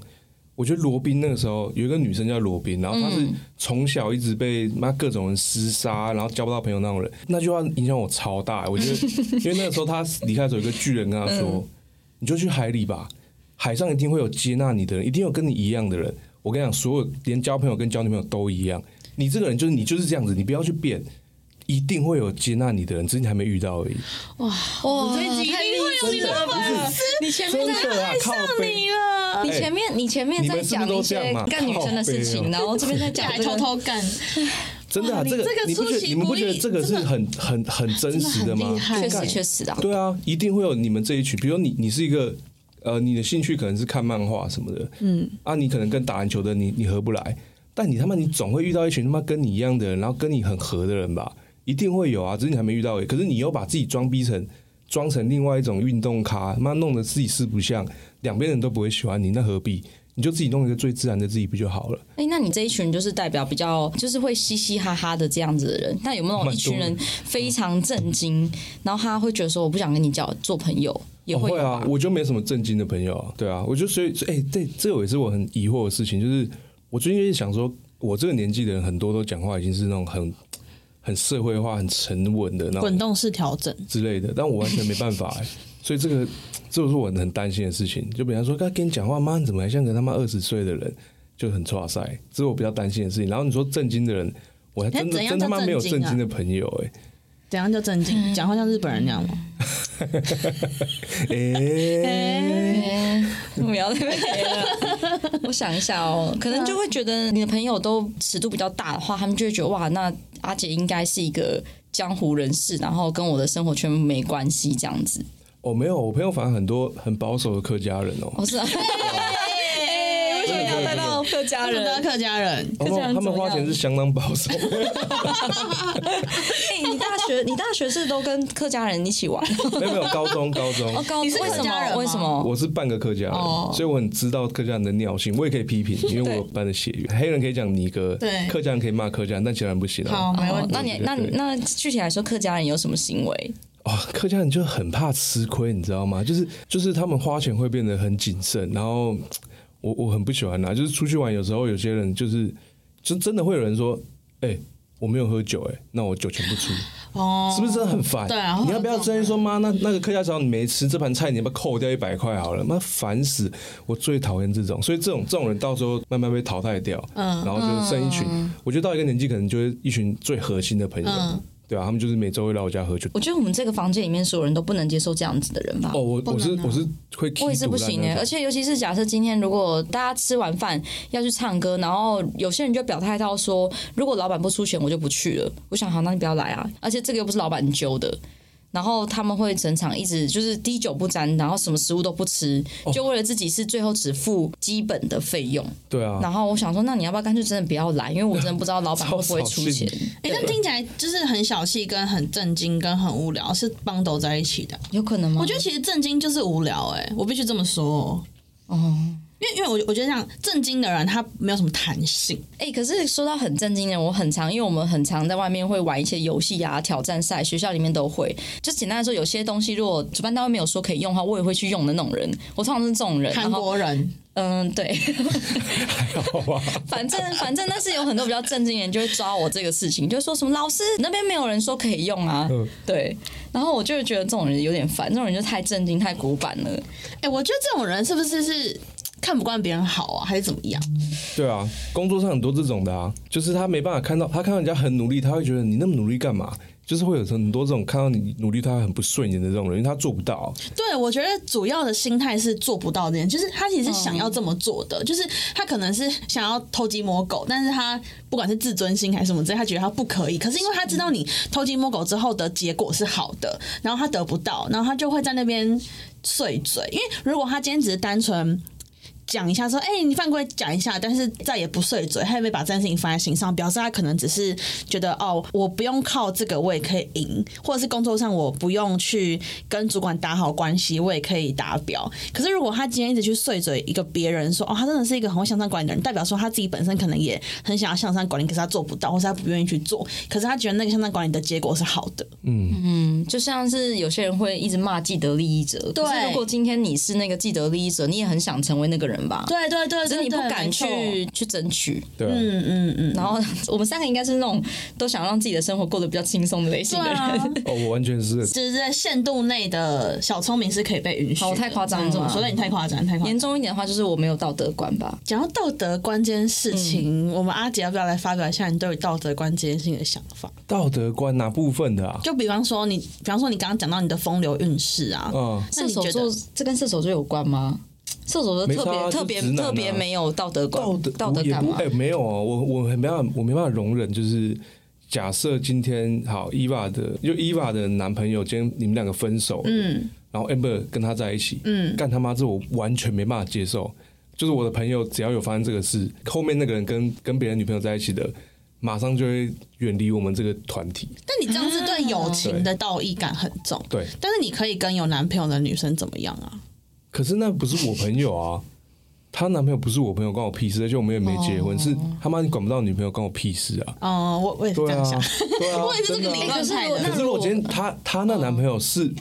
[SPEAKER 1] 我觉得罗宾那个时候有一个女生叫罗宾，然后她是
[SPEAKER 3] 嗯
[SPEAKER 1] 从小一直被妈各种人厮杀，然后交不到朋友那种人，那句话影响我超大。欸我觉 得，因为那个时候她离开的时候，有一个巨人跟她说：“
[SPEAKER 3] 嗯
[SPEAKER 1] 你就去海里吧，海上一定会有接纳你的人，一定有跟你一样的人。”我跟你讲，所有连交朋友跟交女朋友都一样，你这个人就是你就是这样子，你不要去变，一定会有接纳你的人，只是你还没遇到而已。
[SPEAKER 4] 哇，
[SPEAKER 3] 这一集
[SPEAKER 4] 太
[SPEAKER 3] 一定会有
[SPEAKER 4] 励
[SPEAKER 3] 你
[SPEAKER 4] 志
[SPEAKER 3] 的
[SPEAKER 4] 了吧
[SPEAKER 3] 粉
[SPEAKER 4] 你前
[SPEAKER 1] 真
[SPEAKER 4] 面在
[SPEAKER 1] 的啊，靠背。
[SPEAKER 3] 你了，
[SPEAKER 4] 你前面你前面
[SPEAKER 1] 哎你
[SPEAKER 4] 在
[SPEAKER 1] 们是不
[SPEAKER 4] 讲
[SPEAKER 1] 是都
[SPEAKER 4] 一
[SPEAKER 1] 这
[SPEAKER 4] 些
[SPEAKER 1] 样啊
[SPEAKER 4] 干女生的事
[SPEAKER 1] 靠
[SPEAKER 4] 情，
[SPEAKER 1] 背哦
[SPEAKER 4] 然后这边在讲
[SPEAKER 3] 还
[SPEAKER 4] 这
[SPEAKER 3] 偷
[SPEAKER 4] 个。
[SPEAKER 3] 偷干，
[SPEAKER 1] 真的、啊，
[SPEAKER 3] 哇你
[SPEAKER 1] 这个
[SPEAKER 3] 这个
[SPEAKER 1] 你不觉
[SPEAKER 3] 出
[SPEAKER 1] 得
[SPEAKER 3] 其
[SPEAKER 1] 你们不
[SPEAKER 3] 不
[SPEAKER 1] 觉得
[SPEAKER 3] 意
[SPEAKER 1] 这个是
[SPEAKER 3] 真的
[SPEAKER 1] 很很很真实的吗
[SPEAKER 3] 厉？害
[SPEAKER 4] 确
[SPEAKER 1] 干
[SPEAKER 4] 实确实啊，
[SPEAKER 1] 对啊，一定会有你们这一群，比如你你是一个呃，你的兴趣可能是看漫画什么的，嗯，啊，你可能跟打篮球的你你合不来，但你他妈你总会遇到一群他妈跟你一样的人，然后跟你很合的人吧，一定会有啊，只是你还没遇到而已。可是你又把自己装逼成装成另外一种运动咖，妈弄得自己四不像，两边人都不会喜欢你，那何必？你就自己弄一个最自然的自己不就好了？
[SPEAKER 4] 哎、那你这一群就是代表比较就是会嘻嘻哈哈的这样子的人，那有没有
[SPEAKER 1] 蛮多
[SPEAKER 4] 一群人非常震惊，然后他会觉得说我不想跟你交做朋友，也
[SPEAKER 1] 哦
[SPEAKER 4] 会有吧
[SPEAKER 1] 啊，我就没什么正经的朋友啊，对啊，我就所以哎、对，这个也是我很疑惑的事情，就是我最近就是想说，我这个年纪的人很多都讲话已经是那种很很社会化、很沉稳的那
[SPEAKER 3] 滚
[SPEAKER 1] 种
[SPEAKER 3] 动式调整。
[SPEAKER 1] 之类的，但我完全没办法、 哎所以这个这就是我很担心的事情。就比方说，他跟你讲话，妈，你怎么还像个他妈二十岁的人，就很挫塞，这是我比较担心的事情。然后你说正经的人，我还真的
[SPEAKER 3] 哎怎样
[SPEAKER 1] 真他妈
[SPEAKER 3] 叫
[SPEAKER 1] 没有
[SPEAKER 3] 正经
[SPEAKER 1] 正
[SPEAKER 3] 啊
[SPEAKER 1] 经的朋友哎、
[SPEAKER 3] 怎样叫正
[SPEAKER 4] 嗯
[SPEAKER 3] 经？讲话像日本人那样吗？
[SPEAKER 1] 哎，
[SPEAKER 4] 不要再别了。 我想一下哦，可能就会觉得你的朋友都尺度比较大的话，他们就会觉得哇，那阿杰应该是一个江湖人士，然后跟我的生活圈没关系这样子。
[SPEAKER 1] 哦，没有，我朋友反而很多很保守的客家人哦，
[SPEAKER 4] 哦， 是啊。哎为什么要带到客家
[SPEAKER 3] 他们都
[SPEAKER 4] 人
[SPEAKER 3] 是？客家人，
[SPEAKER 1] 他
[SPEAKER 4] 家
[SPEAKER 1] 们
[SPEAKER 4] 人
[SPEAKER 1] 哦他们花钱是相当保守，
[SPEAKER 4] 哎、你大学你大学是都跟客家人一起玩？
[SPEAKER 1] 没有没有，高中高中
[SPEAKER 4] 哦，高
[SPEAKER 3] 你是
[SPEAKER 4] 为什
[SPEAKER 3] 客家人吗
[SPEAKER 4] 么？为什么？
[SPEAKER 1] 我是半个客家人，
[SPEAKER 4] 哦
[SPEAKER 1] 所以我很知道客家人的尿性，我也可以批评，因为我有班的血缘。黑人可以讲尼哥，
[SPEAKER 3] 对
[SPEAKER 1] 客家人可以骂客家人，但其他人不行啊
[SPEAKER 3] 好，。没问
[SPEAKER 4] 哦
[SPEAKER 3] 题。
[SPEAKER 4] 那你那
[SPEAKER 1] 对对对
[SPEAKER 4] 那具体来说，客家人有什么行为？
[SPEAKER 1] 哦，客家人就很怕吃亏，你知道吗？就是就是他们花钱会变得很谨慎，然后我我很不喜欢啦、啊就是出去玩有时候有些人就是就真的会有人说，哎、我没有喝酒、哎，那我酒全部出，
[SPEAKER 3] 哦，
[SPEAKER 1] 是不是真的很烦？
[SPEAKER 3] 对啊会有
[SPEAKER 1] 你要不要真的说妈，那那个客家小你没吃这盘菜，你要不要扣掉一百块好了？妈烦死！我最讨厌这种，所以这种这种人到时候慢慢被淘汰掉，嗯，然后就剩一群。
[SPEAKER 4] 嗯
[SPEAKER 1] 我觉得到一个年纪，可能就是一群最核心的朋友，对啊，他们就是每周会来我家喝酒。
[SPEAKER 4] 我觉得我们这个房间里面所有人都不能接受这样子的人吧。
[SPEAKER 1] 哦，我我是我是会踢
[SPEAKER 4] 我也是
[SPEAKER 1] 赌
[SPEAKER 4] 不
[SPEAKER 1] 烂
[SPEAKER 4] 行
[SPEAKER 1] 那
[SPEAKER 4] 哎、
[SPEAKER 1] 种
[SPEAKER 4] 而且尤其是假设今天如果大家吃完饭要去唱歌，然后有些人就表态到说，如果老板不出钱，我就不去了。我想好，那你不要来啊！而且这个又不是老板揪的。然后他们会整场一直就是滴酒不沾，然后什么食物都不吃，就为了自己是最后只付基本的费用。
[SPEAKER 1] 对啊，
[SPEAKER 4] 然后我想说，那你要不要干脆真的不要来？因为我真的不知道老板会不会出钱。
[SPEAKER 1] 超扫
[SPEAKER 3] 哎，那听起来就是很小气、跟很震惊、跟很无聊，是帮斗在一起的。
[SPEAKER 4] 有可能吗？
[SPEAKER 3] 我觉得其实震惊就是无聊、哎，我必须这么说、哦。因为因为我我觉得这样震惊的人他没有什么弹性，
[SPEAKER 4] 哎、可是说到很震惊的，我很常，因为我们很常在外面会玩一些游戏啊、挑战赛，学校里面都会。就简单来说，有些东西如果主办单位没有说可以用的话，我也会去用的那种人。我通常是这种人。
[SPEAKER 3] 韩
[SPEAKER 4] 然后，
[SPEAKER 3] 国人
[SPEAKER 4] 嗯，对，
[SPEAKER 1] 好吧，
[SPEAKER 4] 反正反正，但是有很多比较震惊的人就会抓我这个事情，就说什么老师那边没有人说可以用啊，
[SPEAKER 1] 嗯
[SPEAKER 4] 对。然后我就会觉得这种人有点烦，这种人就太震惊、太古板了。
[SPEAKER 3] 哎、我觉得这种人是不是是看不惯别人好啊，还是怎么样？
[SPEAKER 1] 对啊，工作上很多这种的啊，就是他没办法看到，他看到人家很努力，他会觉得你那么努力干嘛？就是会有很多这种看到你努力他很不顺眼的这种人，因为他做不到。啊
[SPEAKER 3] 对，我觉得主要的心态是做不到这件，就是他其实是想要这么做的，就是他可能是想要偷鸡摸狗，但是他不管是自尊心还是什么之类，他觉得他不可以。可是因为他知道你偷鸡摸狗之后的结果是好的，然后他得不到，然后他就会在那边碎嘴。因为如果他今天只是单纯。讲一下说，哎、你犯规讲一下，但是再也不碎嘴，他也没把这件事情放在心上，表示他可能只是觉得哦，我不用靠这个我也可以赢，或者是工作上我不用去跟主管打好关系，我也可以达标。可是如果他今天一直去碎嘴一个别人说，哦，他真的是一个很会向上管理的人，代表说哦他自己本身可能也很想要向上管理，可是他做不到，或是他不愿意去做，可是他觉得那个向上管理的结果是好的。
[SPEAKER 4] 嗯就像是有些人会一直骂既得利益者，可是
[SPEAKER 3] 对
[SPEAKER 4] 如果今天你是那个既得利益者，你也很想成为那个人吧？
[SPEAKER 3] 对对对
[SPEAKER 4] 只
[SPEAKER 3] 对
[SPEAKER 4] 是你不
[SPEAKER 3] 对
[SPEAKER 4] 敢
[SPEAKER 3] 没错
[SPEAKER 4] 去去争取。
[SPEAKER 1] 对啊，
[SPEAKER 3] 嗯嗯嗯，
[SPEAKER 4] 然后 我们三个应该是那种都想让自己的生活过得比较轻松的类型
[SPEAKER 3] 对
[SPEAKER 4] 的人。
[SPEAKER 3] 啊。
[SPEAKER 1] 哦，我完全是。
[SPEAKER 3] 就是在限度内的小聪明是可以被允许的。
[SPEAKER 4] 好太夸张了
[SPEAKER 3] 嗯说的你太夸张，太夸张
[SPEAKER 4] 严。重一点的话，就是我没有道德观吧。
[SPEAKER 3] 讲到道德观这件事情，
[SPEAKER 4] 嗯
[SPEAKER 3] 我们阿杰要不要来发表一下你对于道德观这件事情的想法？
[SPEAKER 1] 道德观哪部分的啊？
[SPEAKER 3] 就比方说你，比方说你刚刚讲到你的风流韵事啊，
[SPEAKER 1] 嗯，
[SPEAKER 3] 那
[SPEAKER 4] 射
[SPEAKER 3] 你
[SPEAKER 4] 手
[SPEAKER 3] 觉
[SPEAKER 4] 座
[SPEAKER 3] 得？
[SPEAKER 4] 这跟射手座有关吗？射手座
[SPEAKER 1] 没
[SPEAKER 4] 特别、
[SPEAKER 1] 差啊
[SPEAKER 4] 特
[SPEAKER 1] 就
[SPEAKER 4] 别
[SPEAKER 1] 直男啊
[SPEAKER 4] 特别没有道德观，
[SPEAKER 1] 道德
[SPEAKER 4] 道德
[SPEAKER 1] 也
[SPEAKER 4] 感
[SPEAKER 1] 不
[SPEAKER 4] 吗
[SPEAKER 1] 哎、？没有哦，我我很没办法，我没办法容忍，就是假设今天好伊娃的，就伊娃的男朋友今天你们两个分手，嗯，然后 Amber 跟他在一起，嗯，干他妈这我完全没办法接受，就是我的朋友只要有发生这个事，后面那个人跟跟别人女朋友在一起的，马上就会远离我们这个团体，
[SPEAKER 3] 但你这样子对友情的道义感很重，
[SPEAKER 1] 对，
[SPEAKER 3] 但是你可以跟有男朋友的女生怎么样啊？
[SPEAKER 1] 可是那不是我朋友啊，她男朋友不是我朋友，关我屁事，而且我们也没结婚，是他妈你管不到女朋友，关我屁事啊。
[SPEAKER 3] 哦、我我也是这
[SPEAKER 1] 对
[SPEAKER 3] 样
[SPEAKER 1] 啊
[SPEAKER 3] 想。，
[SPEAKER 1] 对啊，
[SPEAKER 3] 我也是这
[SPEAKER 1] 真的
[SPEAKER 3] 个
[SPEAKER 1] 啊
[SPEAKER 3] 理论
[SPEAKER 4] 哎可是
[SPEAKER 3] 派
[SPEAKER 4] 我
[SPEAKER 3] 的
[SPEAKER 4] 那
[SPEAKER 1] 可是如果今天她她那男朋友是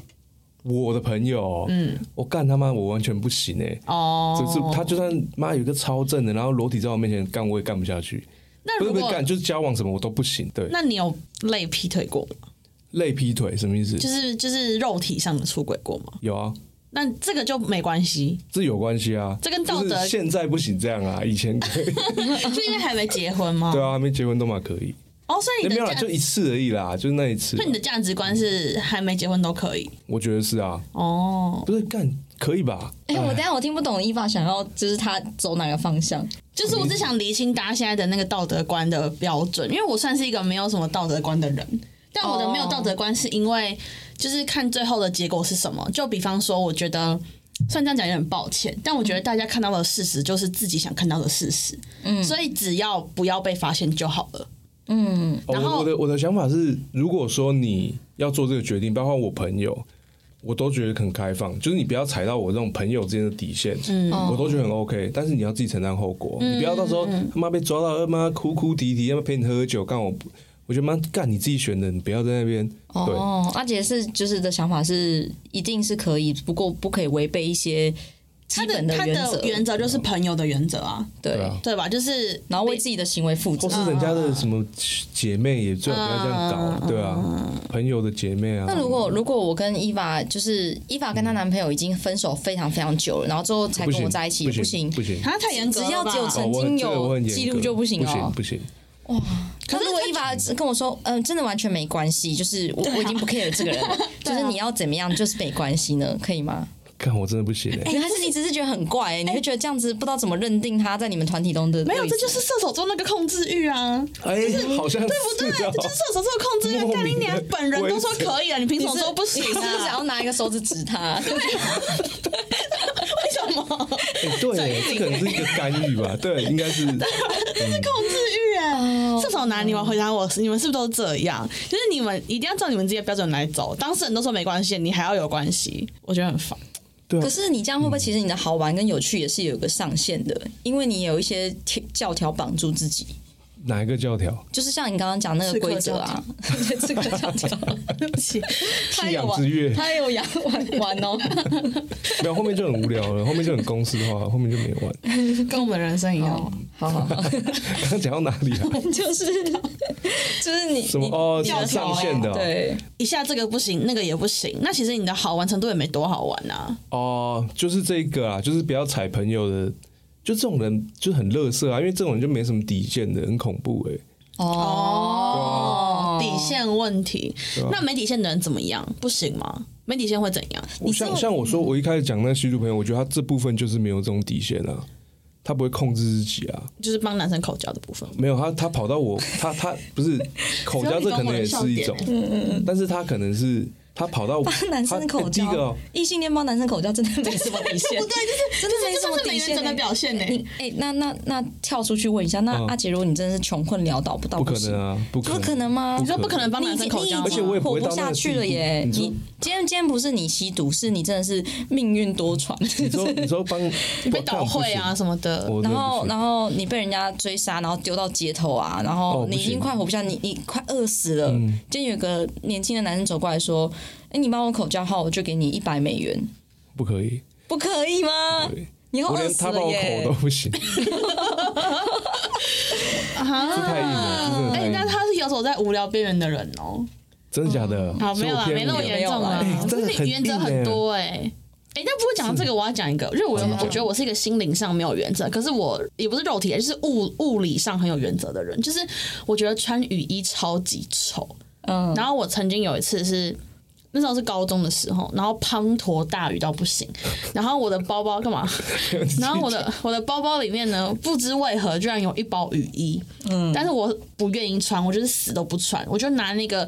[SPEAKER 1] 我的朋友，嗯，我干他妈我完全不行哎、
[SPEAKER 3] 哦。
[SPEAKER 1] 就是他就算妈有一个超正的，然后裸体在我面前干，我也干不下去。
[SPEAKER 3] 那
[SPEAKER 1] 不是
[SPEAKER 3] 如
[SPEAKER 1] 不是
[SPEAKER 3] 果
[SPEAKER 1] 干，就是交往什么我都不行。对，
[SPEAKER 3] 那你有累劈腿过吗？
[SPEAKER 1] 累劈腿什么意思？
[SPEAKER 3] 就是就是肉体上的出轨过吗？
[SPEAKER 1] 有啊，
[SPEAKER 3] 那这个就没关系，
[SPEAKER 1] 这有关系啊。
[SPEAKER 3] 这跟道德
[SPEAKER 1] 就是 现在不行这样啊，以前可以。
[SPEAKER 3] 就因为还没结婚吗？
[SPEAKER 1] 对啊，还没结婚都嘛可以。
[SPEAKER 3] 哦，所
[SPEAKER 1] 啊
[SPEAKER 3] 以
[SPEAKER 1] 也
[SPEAKER 3] 你
[SPEAKER 1] 没
[SPEAKER 3] 的
[SPEAKER 1] 有啦，
[SPEAKER 3] 价，
[SPEAKER 1] 就
[SPEAKER 3] 所
[SPEAKER 1] 一次而已啦，就是那一次
[SPEAKER 3] 以。你的价值观是还没结婚都可以
[SPEAKER 1] 我觉得是啊，
[SPEAKER 3] 哦，
[SPEAKER 1] 不是干可以吧？
[SPEAKER 4] 哎、我等一下我听不懂伊法想要就是他走哪个方向，
[SPEAKER 3] 就是我只想厘清大家现在的那个道德观的标准，因为我算是一个没有什么道德观的人，但我的
[SPEAKER 4] 哦
[SPEAKER 3] 没有道德观是因为就是看最后的结果是什么。就比方说，我觉得虽然这样讲有点抱歉，但我觉得大家看到的事实就是自己想看到的事实，嗯，所以只要不要被发现就好了。
[SPEAKER 4] 嗯，
[SPEAKER 1] 哦
[SPEAKER 3] 然
[SPEAKER 1] 我
[SPEAKER 3] 后
[SPEAKER 1] 我的我的想法是，如果说你要做这个决定，包括我朋友，我都觉得很开放，就是你不要踩到我这种朋友之间的底线，嗯，我都觉得很 OK。但是你要自己承担后果，你不要到时候他妈被抓到，他妈哭哭啼啼，他妈陪你喝酒，干我，我觉得妈干你自己选的，你不要在那边对。
[SPEAKER 4] 哦，阿杰是就是的想法是一定是可以，不过不可以违背一些基
[SPEAKER 3] 他
[SPEAKER 4] 本
[SPEAKER 3] 的他
[SPEAKER 4] 原则
[SPEAKER 3] 的，原则就是朋友的原则啊，
[SPEAKER 4] 对，
[SPEAKER 1] 对啊
[SPEAKER 3] 对吧？就是
[SPEAKER 4] 然后为自己的行为负责
[SPEAKER 1] 或。是人家的什么姐妹也最好不要这样搞，对啊，朋友的姐妹啊。
[SPEAKER 4] 那如果如果我跟伊娃就是伊娃跟她男朋友已经分手非常非常久了，然后最后才
[SPEAKER 1] 不
[SPEAKER 4] 跟
[SPEAKER 1] 行
[SPEAKER 4] 我在一起，
[SPEAKER 1] 不行
[SPEAKER 4] 行。
[SPEAKER 1] 不行，
[SPEAKER 3] 他太严格了
[SPEAKER 4] 只要
[SPEAKER 3] 吧
[SPEAKER 4] 只有
[SPEAKER 1] 哦
[SPEAKER 4] 曾
[SPEAKER 1] 我
[SPEAKER 4] 经
[SPEAKER 1] 这个我很
[SPEAKER 4] 有
[SPEAKER 1] 严
[SPEAKER 4] 记录
[SPEAKER 1] 格
[SPEAKER 4] 就不行
[SPEAKER 1] 不行
[SPEAKER 4] 哦
[SPEAKER 1] 不行。
[SPEAKER 4] 可是如果伊娃跟我说，嗯，真的完全没关系，就是
[SPEAKER 3] 啊
[SPEAKER 4] 我我已经不 care 这 个人了，就是你要怎么样，就是没关系呢，可以吗？
[SPEAKER 1] 看我真的不行哎、
[SPEAKER 4] 还是你只是觉得很怪、欸，你会觉得这样子不知道怎么认定他在你们团体中的
[SPEAKER 3] 没有，
[SPEAKER 4] 位置
[SPEAKER 3] 这就是射手座那个控制欲啊，
[SPEAKER 1] 哎、好像哦对不
[SPEAKER 3] 对，这就是射手座的控制欲。
[SPEAKER 1] 莫
[SPEAKER 3] 干你
[SPEAKER 1] 名的
[SPEAKER 3] 娘，本人都说可以了，你凭什么说不行
[SPEAKER 4] 你是不是想
[SPEAKER 3] 啊？
[SPEAKER 4] 要拿一个手指指他？
[SPEAKER 3] 为什么？
[SPEAKER 1] 哎、对、这可能是一个干预吧？对，应该 是
[SPEAKER 3] 控制欲哎，射手男，你们回答我，你们是不是都这样？就是你们一定要照你们自己的标准来走。当事人都说没关系，你还要有关系，我觉得很烦。
[SPEAKER 1] 对啊
[SPEAKER 4] 可。是你这样会不会其实你的好玩跟有趣也是有一个上限的？因为你有一些贴教条绑住自己，
[SPEAKER 1] 哪一个教条？
[SPEAKER 4] 就是像你刚刚讲那个规则啊，对，这个 教条，
[SPEAKER 3] 对不起，
[SPEAKER 4] 他有
[SPEAKER 1] 养之
[SPEAKER 4] 玩，
[SPEAKER 1] 月
[SPEAKER 4] 他有养玩玩 哦。
[SPEAKER 1] 没有，后面就很无聊了，后面就很公式化，后面就没玩。
[SPEAKER 3] 跟我们人生一样
[SPEAKER 4] 哦，好好好，
[SPEAKER 1] 刚刚讲到哪里啊？
[SPEAKER 4] 就是就是你
[SPEAKER 1] 什么
[SPEAKER 4] 你
[SPEAKER 1] 哦，
[SPEAKER 3] 教条
[SPEAKER 1] 上线的、哦、
[SPEAKER 4] 对，
[SPEAKER 3] 一下这个不行，那个也不行。那其实你的好玩程度也没多好玩啊。
[SPEAKER 1] 哦，就是这个啊，就是不要踩朋友的，就这种人就很乐色啊，因为这种人就没什么底线的，很恐怖哎、
[SPEAKER 4] 哦，
[SPEAKER 3] 底线问题，
[SPEAKER 1] 啊
[SPEAKER 3] 那没底线的人怎么样？不行吗？没底线会怎样？
[SPEAKER 1] 我像像我说，我一开始讲那吸毒朋友，我觉得他这部分就是没有这种底线啊，他不会控制自己啊。
[SPEAKER 3] 就是帮男生口交的部分。
[SPEAKER 1] 没有他，他跑到我，他他不是口交，这可能也是一种， 但是他可能是他跑 到
[SPEAKER 4] 帮男生口
[SPEAKER 1] 他第一个
[SPEAKER 4] 交
[SPEAKER 1] 哦，
[SPEAKER 4] 异性恋帮男生口交真的 没什么底 线，对，就是 真的没什么底线
[SPEAKER 3] 真的
[SPEAKER 4] 欸。
[SPEAKER 3] 表现呢、
[SPEAKER 4] 你哎、那那那跳出去问一下，那
[SPEAKER 1] 嗯
[SPEAKER 4] 阿杰，如果你真的是穷困潦倒，不到
[SPEAKER 1] 不可
[SPEAKER 4] 行
[SPEAKER 1] 能啊，不可
[SPEAKER 4] 不可能吗？
[SPEAKER 1] 不
[SPEAKER 3] 你说不可能帮
[SPEAKER 4] 你
[SPEAKER 3] 男
[SPEAKER 4] 已
[SPEAKER 3] 生
[SPEAKER 4] 经
[SPEAKER 3] 口交吗，
[SPEAKER 1] 而且我也不
[SPEAKER 4] 活
[SPEAKER 1] 会
[SPEAKER 4] 不
[SPEAKER 1] 到那
[SPEAKER 4] 下
[SPEAKER 1] 个
[SPEAKER 4] 去
[SPEAKER 1] 地
[SPEAKER 4] 了
[SPEAKER 1] 步
[SPEAKER 4] 耶！
[SPEAKER 1] 你说
[SPEAKER 4] 你今天今天不是你吸毒，是你真的是命运多 舛。
[SPEAKER 1] 你说你说帮
[SPEAKER 3] 你被倒会啊，什么
[SPEAKER 1] 不
[SPEAKER 3] 的
[SPEAKER 1] 干，我真的
[SPEAKER 4] 然
[SPEAKER 1] 不
[SPEAKER 4] 后，
[SPEAKER 1] 行
[SPEAKER 4] 然后你被人家追杀，然后丢到街头啊，然后
[SPEAKER 1] 哦
[SPEAKER 4] 你
[SPEAKER 1] 不
[SPEAKER 4] 已经
[SPEAKER 1] 行嗯
[SPEAKER 4] 快活不下，你你快饿死了。今天有个年轻的男生走过来说：“哎、你帮我口交好，我就给你一百美元，
[SPEAKER 1] 不可以，
[SPEAKER 4] 不可以吗？”啊你要
[SPEAKER 1] 我
[SPEAKER 4] 饿
[SPEAKER 1] 连
[SPEAKER 4] 死
[SPEAKER 1] 他帮
[SPEAKER 4] 了
[SPEAKER 1] 我
[SPEAKER 4] 耶
[SPEAKER 1] 口都！不行，这太硬了，这真的太
[SPEAKER 3] 哎、
[SPEAKER 1] 硬
[SPEAKER 3] 那
[SPEAKER 1] 了，
[SPEAKER 3] 他是游走在无聊边缘的人哦、
[SPEAKER 1] 真的假的？
[SPEAKER 3] 好，没有啦，
[SPEAKER 1] 所以我
[SPEAKER 3] 没那么
[SPEAKER 1] 偏
[SPEAKER 3] 严重啦
[SPEAKER 1] 啦，
[SPEAKER 4] 没有
[SPEAKER 1] 哎
[SPEAKER 3] 就
[SPEAKER 1] 真的
[SPEAKER 3] 是
[SPEAKER 1] 很
[SPEAKER 3] 你原则
[SPEAKER 1] 硬
[SPEAKER 3] 很
[SPEAKER 1] 欸嗯
[SPEAKER 3] 多哎、哎、那不过讲到这个，我要讲一个，因为我我觉得我是一个心灵上没有原则，可是我也不是肉体，就是物物理上很有原则的人。就是我觉得穿雨衣超级丑，
[SPEAKER 4] 嗯，
[SPEAKER 3] 然后我曾经有一次是。那时候是高中的时候，然后滂沱大雨到不行，然后我的包包干嘛？然后我的我的包包里面呢，不知为何居然有一包雨衣，嗯，但是我不愿意穿，我就是死都不穿，我就拿那个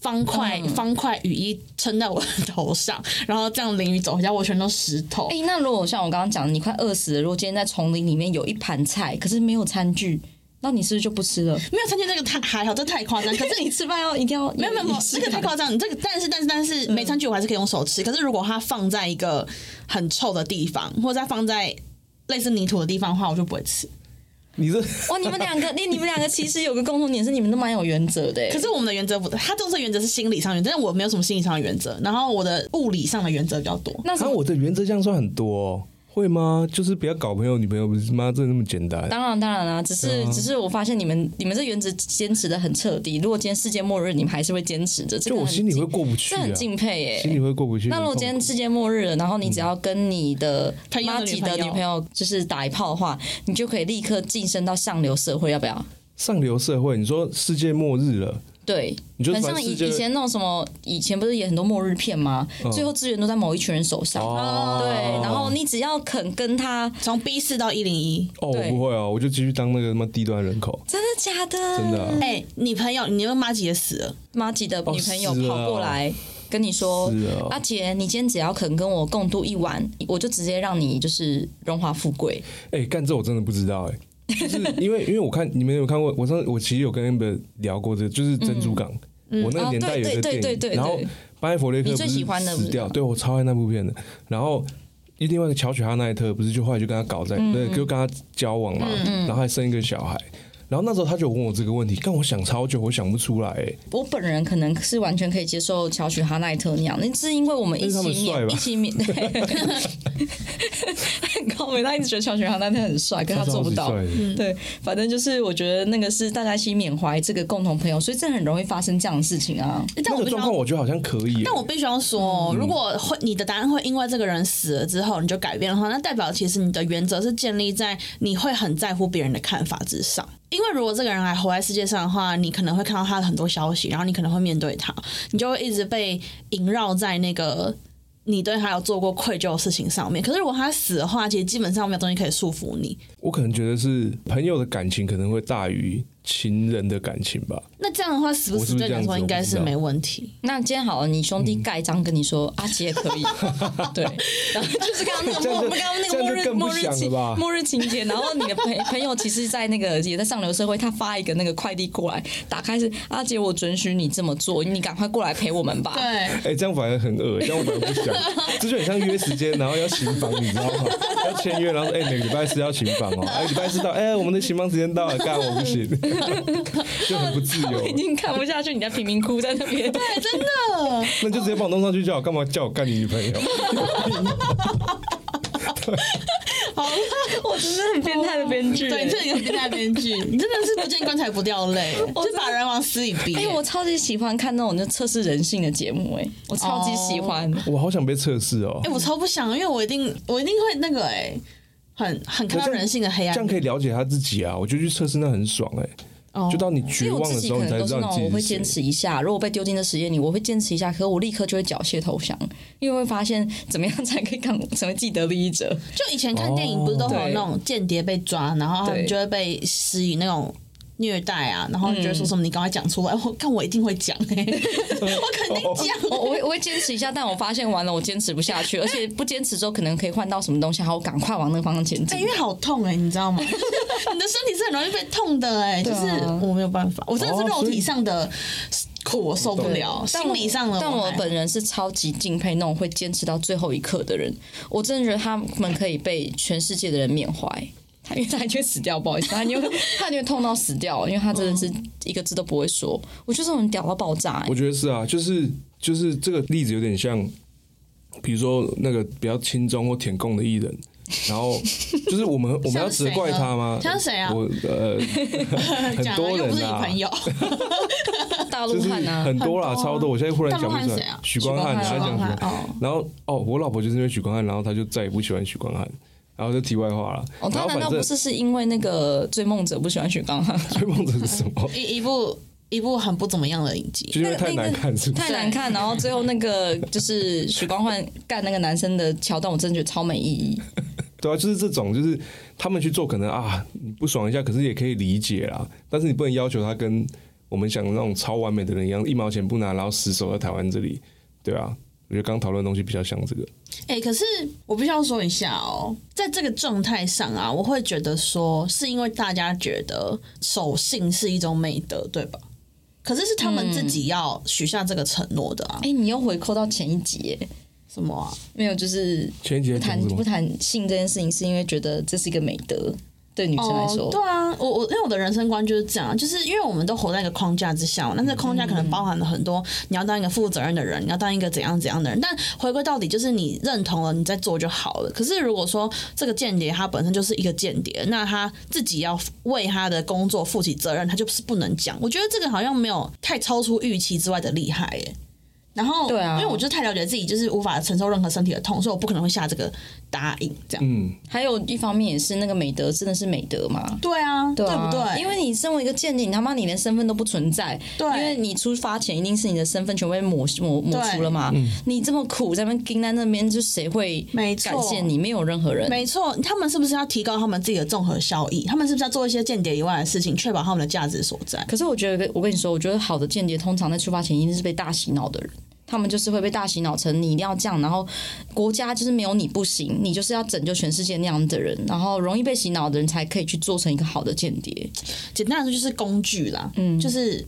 [SPEAKER 3] 方块、方块雨衣撑在我的头上，然后这样淋雨走回家，我全都湿透。
[SPEAKER 4] 哎、那如果像我刚刚讲的，你快饿死了，如果今天在丛林里面有一盘菜，可是没有餐具，那你是不是就不吃了？
[SPEAKER 3] 没有参加那个太还好，这太夸张。可是
[SPEAKER 4] 你
[SPEAKER 3] 你
[SPEAKER 4] 吃饭要一定要
[SPEAKER 3] 没有没有没有，这个太夸张。你这个但是但是但是没餐具我还是可以用手吃。可是如果它放在一个很臭的地方，或者它放在类似泥土的地方的话，我就不会吃。
[SPEAKER 1] 你这
[SPEAKER 4] 哇！哦你们两个，你你 们两个其实有个共同点是你们都蛮有原则的欸。
[SPEAKER 3] 可是我们的原则不，它这是原则是心理上的原则，但我没有什么心理上的原则，然后我的物理上的原则比较多。
[SPEAKER 4] 那什
[SPEAKER 1] 啊，
[SPEAKER 4] 么？
[SPEAKER 1] 我的原则这样算很多、哦，会吗？就是不要搞朋友女朋友，不是妈真的那么简单？
[SPEAKER 4] 当然当然啦、啊只是、
[SPEAKER 1] 啊
[SPEAKER 4] 只是我发现你们你们这原则坚持的很彻底。如果今天世界末日，你们还是会坚持着，这
[SPEAKER 1] 就
[SPEAKER 4] 个
[SPEAKER 1] 我
[SPEAKER 4] 很
[SPEAKER 1] 心里
[SPEAKER 4] 敬
[SPEAKER 1] 会过不去
[SPEAKER 4] 这
[SPEAKER 1] 啊
[SPEAKER 4] 很，敬佩耶、
[SPEAKER 1] 心里会过不去。哦
[SPEAKER 4] 那如果
[SPEAKER 1] 很
[SPEAKER 4] 今
[SPEAKER 1] 痛
[SPEAKER 4] 天世界末日了，然后你只要跟你的
[SPEAKER 3] 朋友的
[SPEAKER 4] 妈
[SPEAKER 3] 女
[SPEAKER 4] 吉
[SPEAKER 3] 朋
[SPEAKER 4] 的
[SPEAKER 3] 友
[SPEAKER 4] 女朋友就是打一炮的话，你就可以立刻晋升到上流社会，要不要？
[SPEAKER 1] 上流社会，你说世界末日了，
[SPEAKER 4] 对，
[SPEAKER 1] 你就
[SPEAKER 4] 很
[SPEAKER 1] 把
[SPEAKER 4] 像
[SPEAKER 1] 世
[SPEAKER 4] 以
[SPEAKER 1] 界嗯
[SPEAKER 4] 以前那种什么，以前不是演很多末日片吗？最后资源都在某一群人手上。
[SPEAKER 1] 哦
[SPEAKER 4] 对，然后你只要肯跟他，
[SPEAKER 3] 从 B 四到一零一。
[SPEAKER 1] 哦，我
[SPEAKER 4] 对
[SPEAKER 1] 不会哦，我就继续当那个什么低端人口，
[SPEAKER 4] 真的假的？
[SPEAKER 1] 真的啊、
[SPEAKER 3] 哎、你朋友，你那个妈姐也死了，
[SPEAKER 4] 马吉的女朋友
[SPEAKER 1] 是啊
[SPEAKER 4] 跑过来跟你说
[SPEAKER 1] 是啊：“
[SPEAKER 4] 阿杰，你今天只要肯跟我共度一晚，我就直接让你就是荣华富贵。
[SPEAKER 1] 哎、干这我真的不知道哎、就是因为因为我看你们有没有看过，我上我其实有跟 Amber 聊过这个就是珍珠港，我那个年代有一个
[SPEAKER 4] 嗯哦对对
[SPEAKER 1] 电
[SPEAKER 4] 对
[SPEAKER 1] 影，
[SPEAKER 4] 对对
[SPEAKER 1] 然后巴耶弗雷克
[SPEAKER 4] 你
[SPEAKER 1] 不
[SPEAKER 4] 最
[SPEAKER 1] 是
[SPEAKER 4] 喜欢的不
[SPEAKER 1] 死
[SPEAKER 4] 是
[SPEAKER 1] 掉，
[SPEAKER 4] 吗
[SPEAKER 1] 对我超爱那部片的，然后。另外一个乔许哈奈特不是就后来就跟他搞在，
[SPEAKER 4] 嗯
[SPEAKER 1] 对，就跟他交往嘛，然后还生一个小孩，然后那时候他就问我这个问题，但我想超久，我想不出来、欸，”
[SPEAKER 4] 我本人可能是完全可以接受乔许哈奈特那样，那是因为我们一起
[SPEAKER 1] 但是他
[SPEAKER 4] 免
[SPEAKER 1] 们帅吧
[SPEAKER 4] 一起免，对 很高明，他一直觉得乔许哈奈特很帅，可是他做不到嗯
[SPEAKER 1] 超。级帅的
[SPEAKER 4] 对，反正就是我觉得那个是大家一起缅怀这个共同朋友，所以这很容易发生这样的事情啊。
[SPEAKER 3] 哎但
[SPEAKER 1] 那
[SPEAKER 3] 我
[SPEAKER 1] 个
[SPEAKER 3] 必须
[SPEAKER 1] 状况
[SPEAKER 3] 要，
[SPEAKER 1] 我觉得好像可以、欸
[SPEAKER 3] 但我必须要说，哦如果会你的答案会因为这个人死了之后你就改变的话，那代表其实你的原则是建立在你会很在乎别人的看法之上。因为如果这个人还活在世界上的话，你可能会看到他的很多消息，然后你可能会面对他，你就会一直被萦绕在那个你对他有做过愧疚的事情上面。可是如果他死的话，其实基本上没有东西可以束缚你。
[SPEAKER 1] 我可能觉得是朋友的感情可能会大于情人的感情吧。
[SPEAKER 3] 那这样的话，死不
[SPEAKER 1] 我是
[SPEAKER 3] 死
[SPEAKER 1] 不是
[SPEAKER 3] 对你来
[SPEAKER 1] 这样
[SPEAKER 3] 说
[SPEAKER 1] 子
[SPEAKER 3] 应该是
[SPEAKER 1] 我不知道
[SPEAKER 3] 没问题。
[SPEAKER 4] 那今天好了，你兄弟盖章跟你说阿杰可 以，对，然后就是刚 刚那个末，
[SPEAKER 1] 这样就这样
[SPEAKER 4] 刚刚那个末
[SPEAKER 1] 就
[SPEAKER 4] 日
[SPEAKER 1] 更不
[SPEAKER 4] 末日
[SPEAKER 1] 想了
[SPEAKER 4] 情
[SPEAKER 1] 吧
[SPEAKER 4] 末日情节，然后你的朋朋友其实，在那个也在上流社会，他发一个那个快递过来，打开是阿杰，我准许你这么做，你赶快过来陪我们吧。
[SPEAKER 3] 对，
[SPEAKER 1] 哎、这样反而很恶，这样我反而不想，这就很像约时间，然后要行房，你知道吗？要签约，然后说哎、每个礼拜四要行房哦，哎、礼拜四到，哎、我们的行房时间到了，干我不行， 就很不自由
[SPEAKER 4] 我已，经看不下去，你在贫民窟在那边，
[SPEAKER 3] 哎真的。
[SPEAKER 1] 那就直接把我弄上去就好，干嘛叫我干你女朋友？
[SPEAKER 4] 我真的很变态的编剧、欸
[SPEAKER 3] 对，你这里有变态编 剧，你真的是不见棺材不掉泪，就把人往死里逼、
[SPEAKER 4] 哎、
[SPEAKER 3] 欸
[SPEAKER 4] 我超级喜欢看那种就测试人性的节目、哎，我超级喜欢。
[SPEAKER 3] 哦
[SPEAKER 1] 我好想被测试哦
[SPEAKER 3] 哎、。我超不想，因为我一定我一定会那个哎、很很看到人性的黑
[SPEAKER 1] 这
[SPEAKER 3] 暗
[SPEAKER 1] 样
[SPEAKER 3] 面。
[SPEAKER 1] 可以了解他自己啊，我觉得去测试那很爽哎、
[SPEAKER 3] 哦
[SPEAKER 1] 就到你
[SPEAKER 4] 因
[SPEAKER 1] 绝
[SPEAKER 4] 为
[SPEAKER 1] 望
[SPEAKER 4] 我自
[SPEAKER 1] 的
[SPEAKER 4] 己
[SPEAKER 1] 时
[SPEAKER 4] 可
[SPEAKER 1] 候，你才
[SPEAKER 4] 能都
[SPEAKER 1] 知
[SPEAKER 4] 是
[SPEAKER 1] 道
[SPEAKER 4] 那
[SPEAKER 1] 你自
[SPEAKER 4] 种
[SPEAKER 1] 己
[SPEAKER 4] 我会
[SPEAKER 1] 是谁
[SPEAKER 4] 坚持一下，如果被丢进这实验里，我会坚持一下，可是我立刻就会缴械投降，因为会发现怎么样才可以让我成为既得利 益者。
[SPEAKER 3] 就以前看
[SPEAKER 1] 哦
[SPEAKER 3] 电影不是都会有那种间谍被抓，然后他们
[SPEAKER 4] 对
[SPEAKER 3] 就会被施以那种。虐待啊，然后你就会说什么？你赶快讲出来！ 我看我一定会讲哎、 我肯定讲。
[SPEAKER 4] 我我会我会坚持一下，但我发现完了我坚持不下去，而且不坚持之后可能可以换到什么东西，好，我赶快往那个方向前
[SPEAKER 3] 哎、
[SPEAKER 4] 进。
[SPEAKER 3] 因为好痛哎、你知 道吗？就是你的身体是很容易被痛的哎、就
[SPEAKER 4] 啊
[SPEAKER 3] 是我没有办法，我真的是
[SPEAKER 1] 哦
[SPEAKER 3] 肉
[SPEAKER 1] 所以
[SPEAKER 3] 体上的苦我受不了，
[SPEAKER 4] 但
[SPEAKER 3] 心
[SPEAKER 4] 我
[SPEAKER 3] 理上的
[SPEAKER 4] 但我
[SPEAKER 3] 还好
[SPEAKER 4] 本人是超级敬佩那种会坚持到最后一刻的人，我真的觉得他们可以被全世界的人缅怀。他因为他一定会死掉，不好意思，他一 定会他一定会痛到死掉，因为他真的是一个字都不会说。我觉得这种人屌到爆炸、欸
[SPEAKER 1] 我觉得是啊，就是就是这个例子有点像，比如说那个比较轻中或舔共的艺人，然后就是我 们我们要责怪他吗？
[SPEAKER 3] 像谁啊
[SPEAKER 1] 我呃 很
[SPEAKER 3] 讲了
[SPEAKER 1] 多
[SPEAKER 3] 又不
[SPEAKER 1] 人
[SPEAKER 3] 是你
[SPEAKER 1] 啊，
[SPEAKER 3] 朋友，
[SPEAKER 4] 大
[SPEAKER 1] 呃就
[SPEAKER 4] 陆
[SPEAKER 1] 是
[SPEAKER 4] 汉啊，
[SPEAKER 1] 很多啦，
[SPEAKER 3] 很多啊
[SPEAKER 1] 超多。我现在忽然
[SPEAKER 3] 大
[SPEAKER 1] 讲
[SPEAKER 3] 陆
[SPEAKER 1] 不
[SPEAKER 3] 汉
[SPEAKER 1] 出
[SPEAKER 3] 谁
[SPEAKER 1] 来
[SPEAKER 3] 啊，
[SPEAKER 1] 许光汉啊，
[SPEAKER 4] 许
[SPEAKER 1] 他
[SPEAKER 4] 光汉
[SPEAKER 1] 讲
[SPEAKER 4] 许
[SPEAKER 1] 什么
[SPEAKER 4] 光汉？
[SPEAKER 3] 哦，
[SPEAKER 1] 然后哦，我老婆就是因为许光汉，然后她就再也不喜欢许光汉。然后就题外话了，
[SPEAKER 4] 哦，
[SPEAKER 1] 然
[SPEAKER 4] 他
[SPEAKER 1] 后
[SPEAKER 4] 难
[SPEAKER 1] 反
[SPEAKER 4] 道
[SPEAKER 1] 正
[SPEAKER 4] 不是是因为那个追梦者不喜欢许光汉？
[SPEAKER 1] 追梦者是什 么？
[SPEAKER 3] 一一部一部很不怎么样的影集
[SPEAKER 1] 就，是因为太难看，是不
[SPEAKER 4] 太
[SPEAKER 1] 是？
[SPEAKER 4] 难看，然后最后那个就是许光汉干那个男生的桥段，我真的觉得超没意义。
[SPEAKER 1] 对啊，就是这种，就是他们去做，可能啊，你不爽一下，可是也可以理解啦。但是你不能要求他跟我们想的那种超完美的人一样，一毛钱不拿，然后死守在台湾这里，对啊。我觉得刚讨论的东西比较像这个，
[SPEAKER 3] 哎、可是我必须要说一下哦，在这个状态上啊，我会觉得说，是因为大家觉得守信是一种美德，对吧？可是是他
[SPEAKER 1] 嗯
[SPEAKER 3] 们自己要许下这个承诺的啊，
[SPEAKER 4] 哎、你又回扣到前一集、耶。
[SPEAKER 3] 什么啊？
[SPEAKER 4] 没有，就是
[SPEAKER 1] 前几
[SPEAKER 4] 不
[SPEAKER 1] 天
[SPEAKER 4] 谈
[SPEAKER 1] 讲什
[SPEAKER 4] 不
[SPEAKER 1] 么？
[SPEAKER 4] 谈性这件事情，是因为觉得这是一个美德，对女生来说。
[SPEAKER 3] 对啊，我我因为我的人生观就是这样，就是因为我们都活在一个框架之下嘛，那这个框架可
[SPEAKER 4] 嗯
[SPEAKER 3] 能包含了很多，你要当一个负责任的人，你要当一个怎样怎样的人。但回归到底，就是你认同了，你再做就好了。可是如果说这个间谍他本身就是一个间谍，那他自己要为他的工作负起责任，他就是不能讲。我觉得这个好像没有太超出预期之外的厉害耶。然后，
[SPEAKER 4] 对啊
[SPEAKER 3] 因为我就太了解自己，就是无法承受任何身体的痛，所以我不可能会下这个答应这样。
[SPEAKER 1] 嗯，
[SPEAKER 4] 还有一方面也是那个美德真的是美德嘛。
[SPEAKER 3] 对啊，对
[SPEAKER 4] 啊
[SPEAKER 3] 不对？
[SPEAKER 4] 因为你身为一个间谍，你他妈你连身份都不存在，
[SPEAKER 3] 对
[SPEAKER 4] 因为你出发前一定是你的身份全被抹抹抹除了嘛。你这么苦在那边盯在那边，就谁会
[SPEAKER 3] 没错
[SPEAKER 4] 感谢你？没有任何人。
[SPEAKER 3] 没错，他们是不是要提高他们自己的综合效益？他们是不是要做一些间谍以外的事情，确保他们的价值所在？
[SPEAKER 4] 可是我觉得，我跟你说，我觉得好的间谍通常在出发前一定是被大洗脑的人，他们就是会被大洗脑成你一定要这样，然后国家就是没有你不行，你就是要拯救全世界那样的人，然后容易被洗脑的人才可以去做成一个好的间 谍。
[SPEAKER 3] 简单来说就是工具啦，嗯，就是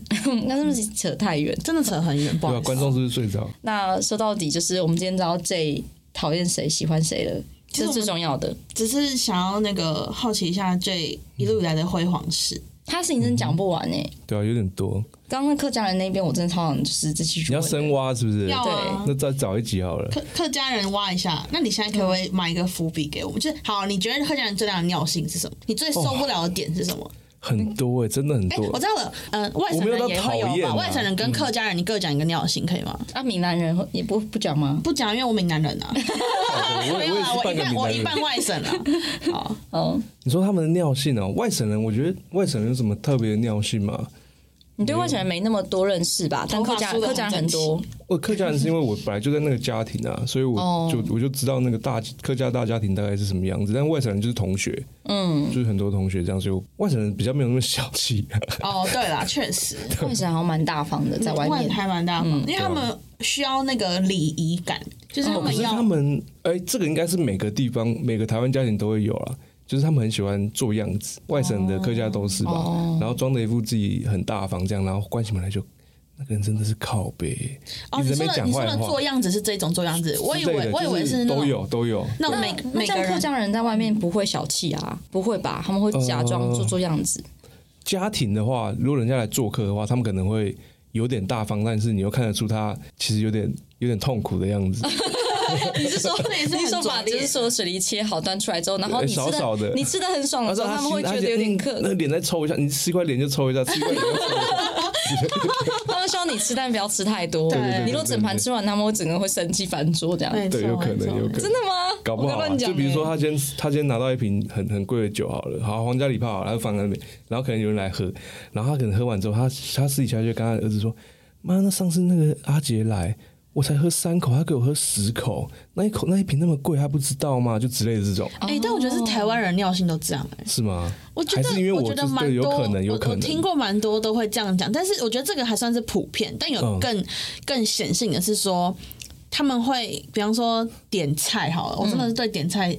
[SPEAKER 4] 那是不是扯太远？
[SPEAKER 3] 真的扯很远，不
[SPEAKER 1] 对
[SPEAKER 3] 好
[SPEAKER 1] 吧？
[SPEAKER 3] 意思
[SPEAKER 1] 观众是不是睡着？
[SPEAKER 4] 那说到底就是我们今天知道最讨厌谁、喜欢谁了，这是最重要的。
[SPEAKER 3] 只是想要那个好奇一下这一路以来的辉煌史。
[SPEAKER 4] 他事情真的讲不完哎、
[SPEAKER 1] 对啊，有点多。
[SPEAKER 4] 刚刚客家人那边，我真的超想就是这期
[SPEAKER 1] 你要深挖是不是？
[SPEAKER 3] 要啊
[SPEAKER 1] 那再找一集好了。
[SPEAKER 3] 客客家人挖一下，那你现在可不可以埋一个伏笔给我们？就是好，你觉得客家人最大的尿性是什么？你最受不了的点是什么？
[SPEAKER 1] 很多哎、真的很
[SPEAKER 3] 哎、
[SPEAKER 1] 多。
[SPEAKER 3] 我知道了，嗯、外省
[SPEAKER 1] 我没有
[SPEAKER 3] 人
[SPEAKER 1] 到
[SPEAKER 3] 也会
[SPEAKER 1] 讨
[SPEAKER 3] 有
[SPEAKER 1] 厌
[SPEAKER 3] 吧？
[SPEAKER 1] 啊
[SPEAKER 3] 外省人跟客家人，你各讲一个尿性可以吗？
[SPEAKER 4] 啊，闽南人会也不不讲吗？
[SPEAKER 3] 不讲，因为我闽南人啊，
[SPEAKER 1] 哦我我
[SPEAKER 3] 没
[SPEAKER 1] 也
[SPEAKER 3] 有
[SPEAKER 1] 是
[SPEAKER 3] 啦，我
[SPEAKER 1] 半
[SPEAKER 3] 一
[SPEAKER 1] 个
[SPEAKER 3] 半
[SPEAKER 1] 闽
[SPEAKER 3] 我
[SPEAKER 1] 南
[SPEAKER 3] 一
[SPEAKER 1] 人。
[SPEAKER 3] 半 外省啊。好，
[SPEAKER 4] 嗯，
[SPEAKER 1] 你说他们的尿性哦、外省人，我觉得外省人有什么特别的尿性吗？
[SPEAKER 4] 你对外省人没那么多认识吧？但客家
[SPEAKER 3] 头发梳得
[SPEAKER 4] 客
[SPEAKER 3] 很
[SPEAKER 4] 家人很多，
[SPEAKER 1] 我哦客家人是因为我本来就在那个家庭啊，所以我
[SPEAKER 4] 哦
[SPEAKER 1] 就、我就知道那个大客家大家庭大概是什么样子。但外省人就是同学，
[SPEAKER 4] 嗯，
[SPEAKER 1] 就是很多同学这样，所以我外省人比较没有那么小气。
[SPEAKER 3] 哦，对啦，确实，
[SPEAKER 4] 外省人好像蛮大方的，在外面。嗯
[SPEAKER 3] 还蛮大方，因为他们需要那个礼仪感，就是他
[SPEAKER 1] 哦可
[SPEAKER 3] 们
[SPEAKER 1] 是
[SPEAKER 3] 要
[SPEAKER 1] 他们，哎、这个应该是每个地方每个台湾家庭都会有啦，就是他们很喜欢做样子，外省的客家都是
[SPEAKER 3] 哦
[SPEAKER 1] 吧，然后装的一副自己很大方这样，然后关起门来就那个人真的是靠背，
[SPEAKER 3] 哦，
[SPEAKER 1] 一
[SPEAKER 3] 你
[SPEAKER 1] 直在那边
[SPEAKER 3] 说的你
[SPEAKER 1] 讲
[SPEAKER 3] 说
[SPEAKER 1] 坏
[SPEAKER 3] 的
[SPEAKER 1] 话
[SPEAKER 3] 做。样子是这种做样子，我以
[SPEAKER 1] 之类
[SPEAKER 3] 为
[SPEAKER 1] 的
[SPEAKER 3] 我以为
[SPEAKER 1] 就是
[SPEAKER 3] 那
[SPEAKER 1] 都
[SPEAKER 3] 种
[SPEAKER 1] 有都有，
[SPEAKER 3] 那种
[SPEAKER 4] 那
[SPEAKER 3] 每
[SPEAKER 4] 那
[SPEAKER 3] 每
[SPEAKER 4] 这
[SPEAKER 3] 个
[SPEAKER 4] 样客
[SPEAKER 3] 人
[SPEAKER 4] 家人在外面不会小气啊，不会吧？他们会假装
[SPEAKER 1] 呃
[SPEAKER 4] 做做样子。
[SPEAKER 1] 家庭的话，如果人家来做客的话，他们可能会有点大方，但是你又看得出他其实有点有点痛苦的样子。
[SPEAKER 3] 你是说那也是
[SPEAKER 4] 你
[SPEAKER 3] 很
[SPEAKER 4] 说把
[SPEAKER 3] 专
[SPEAKER 4] 就是
[SPEAKER 3] 业，
[SPEAKER 4] 说水梨切好端出来之后，然后
[SPEAKER 1] 对
[SPEAKER 4] 你吃
[SPEAKER 1] 少少
[SPEAKER 4] 的
[SPEAKER 1] 呃的
[SPEAKER 4] 你吃的很爽的
[SPEAKER 1] 然
[SPEAKER 4] 时
[SPEAKER 1] 后
[SPEAKER 4] 候，他们会觉得有点客
[SPEAKER 1] 嗯那，个脸再抽一下，你吃一块脸就抽一下，吃一块脸就抽一下。
[SPEAKER 4] 他们希望你吃，但不要吃太多
[SPEAKER 1] 对对对。
[SPEAKER 4] 你如果整盘吃完，他们会整个会生气翻桌这样。
[SPEAKER 3] 没错
[SPEAKER 1] 对，有可
[SPEAKER 3] 没
[SPEAKER 1] 能，
[SPEAKER 3] 错
[SPEAKER 1] 有可能
[SPEAKER 4] 真。的吗？
[SPEAKER 1] 搞不
[SPEAKER 4] 我
[SPEAKER 1] 好、
[SPEAKER 4] 在
[SPEAKER 1] 啊，
[SPEAKER 4] 乱讲
[SPEAKER 1] 就
[SPEAKER 4] 欸
[SPEAKER 1] 比如说他今天他今天拿到一瓶很很贵的酒好了，好皇家礼炮好了，他就放在那边，然后可能有人来喝，然后他可能喝完之后，他他私底下就跟他儿子说：“妈，那上次那个阿杰来，我才喝三口，他给我喝十口，那一口那一瓶那么贵，他不知道吗？”就之类的这种，
[SPEAKER 3] 哎，但我觉得是台湾人尿性都这样哎。
[SPEAKER 1] 是吗？
[SPEAKER 3] 我觉
[SPEAKER 1] 还
[SPEAKER 3] 得，
[SPEAKER 1] 是因为
[SPEAKER 3] 我
[SPEAKER 1] 就
[SPEAKER 3] 觉得
[SPEAKER 1] 是
[SPEAKER 3] 蛮
[SPEAKER 1] 对，有
[SPEAKER 3] 多，
[SPEAKER 1] 可能，有可
[SPEAKER 3] 我我
[SPEAKER 1] 能。
[SPEAKER 3] 听过蛮多都会这样讲，但是我觉得这个还算是普遍，但有
[SPEAKER 1] 嗯
[SPEAKER 3] 更、更显性的是说，他们会比方说点菜好了，
[SPEAKER 1] 嗯
[SPEAKER 3] 我真的是对点菜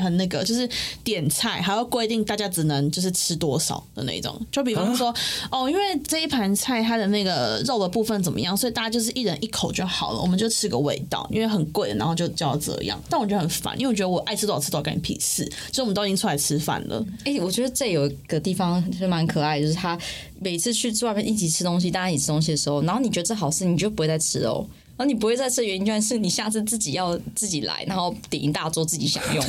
[SPEAKER 3] 很那个，就是点菜还要规定大家只能就是吃多少的那种，就比方说、
[SPEAKER 1] 啊
[SPEAKER 3] 哦，因为这一盘菜它的那个肉的部分怎么样，所以大家就是一人一口就好了，我们就吃个味道，因为很贵，然后就就要这样，但我觉得很烦，因为我觉得我爱吃多少吃多少干你屁事，所以我们都已经出来吃饭了。
[SPEAKER 4] 哎、我觉得这有一个地方是蛮可爱的，就是他每次去外面一起吃东西，大家一起吃东西的时候，然后你觉得这好吃，你就不会再吃哦。然后你不会再吃，原因居然是你下次自己要自己来，然后点一大桌自己享用。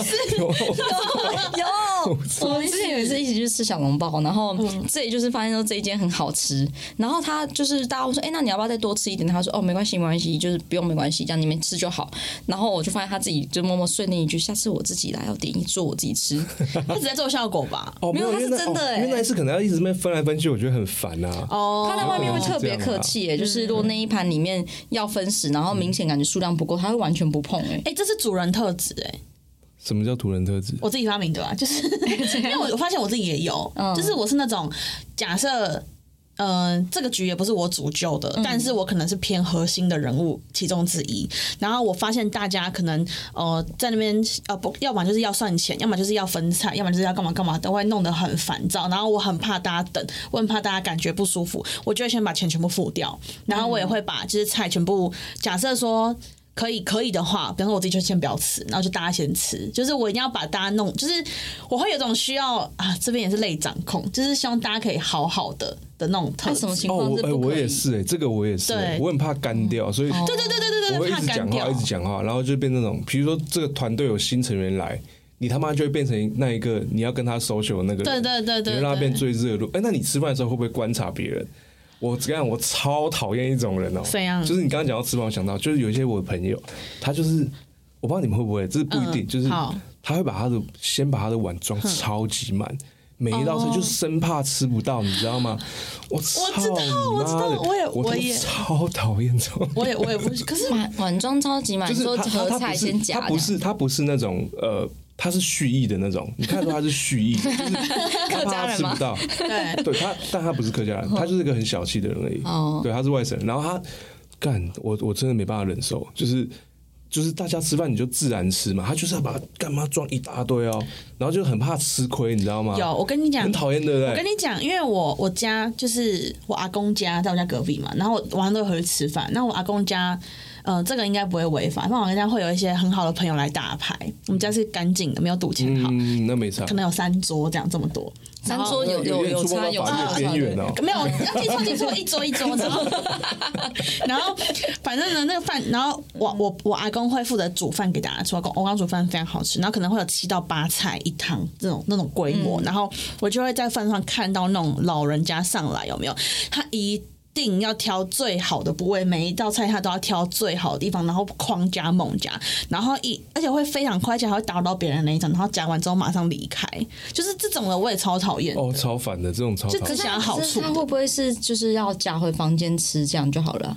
[SPEAKER 4] 有，我嗯们之前有一次一起去吃小笼包，然后这里就是发现说这一间很好吃，然后他就是大家会说，哎、那你要不要再多吃一点？他说，哦，没关系，没关系，就是不用没关系，这样你们吃就好。然后我就发现他自己就默默碎念一句，下次我自己来，要点一桌我自己吃。
[SPEAKER 3] 他只在做效果吧？
[SPEAKER 1] 哦，
[SPEAKER 4] 没有
[SPEAKER 1] 因为
[SPEAKER 4] 他是
[SPEAKER 1] 那
[SPEAKER 4] 真的
[SPEAKER 1] 哦
[SPEAKER 4] 欸
[SPEAKER 1] 因为那一次可能要一直被分来分去，我觉得很烦啊。
[SPEAKER 3] 哦，
[SPEAKER 4] 他在外面会特别客气、耶，就是
[SPEAKER 3] 嗯
[SPEAKER 4] 如果那一盘里面要分食，然后明显感觉数量不够，他会完全不碰、哎，
[SPEAKER 3] 哎、这是主人特质哎、
[SPEAKER 1] 什么叫土人特质？
[SPEAKER 3] 我自己发明的吧，啊 就是因为我发现我自己也有，就是我是那种假设。嗯，这个局也不是我主救的，但是我可能是偏核心的人物其中之一。然后我发现大家可能呃在那边呃不，要么就是要算钱，要么就是要分菜，要么就是要干嘛干嘛，都会弄得很烦躁。然后我很怕大家等，我很怕大家感觉不舒服，我就会先把钱全部付掉，然后我也会把就是菜全部假设说可以可以的话，比方说我自己就先不要吃，然后就大家先吃，就是我一定要把大家弄，就是我会有种需要啊，这边也是类掌控，就是希望大家可以好好的的那种特
[SPEAKER 4] 看
[SPEAKER 3] 质
[SPEAKER 4] 什么。情
[SPEAKER 1] 哦，
[SPEAKER 4] 况
[SPEAKER 1] 我
[SPEAKER 4] 是
[SPEAKER 1] 哎、
[SPEAKER 4] 不
[SPEAKER 1] 我
[SPEAKER 4] 可以。
[SPEAKER 1] 也是哎、这个我也是、欸，
[SPEAKER 3] 对嗯
[SPEAKER 1] 我很怕干掉，所以
[SPEAKER 3] 对对对对
[SPEAKER 1] 我
[SPEAKER 3] 对对，
[SPEAKER 1] 会一
[SPEAKER 3] 怕
[SPEAKER 1] 直
[SPEAKER 3] 干
[SPEAKER 1] 讲话，
[SPEAKER 3] 掉
[SPEAKER 1] 一。直讲话，然后就变那种，比如说这个团队有新成员来，你他妈就会变成那一个你要跟他 social 的那个人，
[SPEAKER 3] 对对对对
[SPEAKER 1] 你会让他
[SPEAKER 3] 对
[SPEAKER 1] 变最热络。哎、那你吃饭的时候会不会观察别人？我跟你讲，我超讨厌一种人哦、
[SPEAKER 3] 怎样
[SPEAKER 1] 就是你刚刚讲到吃饭，我想到就是有一些我的朋友，他就是我不知道你们会不会，这是不一定，
[SPEAKER 3] 嗯
[SPEAKER 1] 就是
[SPEAKER 3] 好
[SPEAKER 1] 他会把他的先把他的碗装超级满。每一道菜
[SPEAKER 3] 哦
[SPEAKER 1] 就生怕吃不到，你知道吗？我操
[SPEAKER 3] 知道我知道
[SPEAKER 1] 你妈的
[SPEAKER 3] 我也
[SPEAKER 1] 我
[SPEAKER 3] 我
[SPEAKER 1] 都
[SPEAKER 3] 也
[SPEAKER 1] 超讨厌这种。
[SPEAKER 3] 我也我也不是，可是
[SPEAKER 4] 碗碗装超级满，
[SPEAKER 1] 就是
[SPEAKER 4] 说
[SPEAKER 1] 他他
[SPEAKER 4] 合
[SPEAKER 1] 他
[SPEAKER 4] 菜
[SPEAKER 1] 不
[SPEAKER 4] 先
[SPEAKER 1] 是
[SPEAKER 4] 夹
[SPEAKER 1] 他不是他不是那种呃，他是蓄意的那种，你看得出他是蓄 意，就是他
[SPEAKER 4] 客家
[SPEAKER 1] 怕他
[SPEAKER 4] 人
[SPEAKER 1] 吃不
[SPEAKER 4] 吗
[SPEAKER 1] 到，
[SPEAKER 3] 对，
[SPEAKER 1] 对他，但他不是客家人，他就是一个很小气的人而已。
[SPEAKER 4] 哦
[SPEAKER 1] 对，他是外省人，然后他干我，我真的没办法忍受，就是就是大家吃饭你就自然吃嘛，他就是要把干嘛装一大堆哦，然后就很怕吃亏， 你知道吗？
[SPEAKER 3] 有我跟你讲
[SPEAKER 1] 很，讨厌，对不
[SPEAKER 3] 我跟
[SPEAKER 1] 对？
[SPEAKER 3] 你讲，因为我我家就是我阿公家在我家隔壁嘛，然后我晚上都会回去吃饭。那我阿公家，呃，这个应该不会违法，但我阿公家会有一些很好的朋友来打牌。我们家是干净的，没有赌钱好，
[SPEAKER 1] 嗯，那没差
[SPEAKER 3] 可，能有三桌这样这么多。
[SPEAKER 4] 三桌
[SPEAKER 1] 呃有
[SPEAKER 4] 有有
[SPEAKER 1] 点
[SPEAKER 4] 有
[SPEAKER 1] 触碰
[SPEAKER 4] 差
[SPEAKER 1] 到
[SPEAKER 4] 有
[SPEAKER 1] 法律
[SPEAKER 4] 差
[SPEAKER 1] 的边缘哦。
[SPEAKER 3] 没有，记错记错，一桌一桌的。然后反正呢，那个饭，然后我我我阿公会负责煮饭给大家吃，我公我刚煮饭非常好吃，然后可能会有七到八菜一汤这种那种规模，然后我就会在饭上看到那种老人家上来有没有，他一。定要挑最好的部位，每一道菜他都要挑最好的地方，然后狂加猛加，然后一而且会非常快，而且还会打扰到别人那一种，然后夹完之后马上离开，就是这种的我也超讨厌。
[SPEAKER 1] 哦，超烦的这种超
[SPEAKER 3] 就
[SPEAKER 1] 讨
[SPEAKER 3] 可
[SPEAKER 1] 厌
[SPEAKER 3] 是。想要好
[SPEAKER 4] 可是
[SPEAKER 3] 处的
[SPEAKER 4] 他会不会是就是要夹回房间吃这样就好了啊、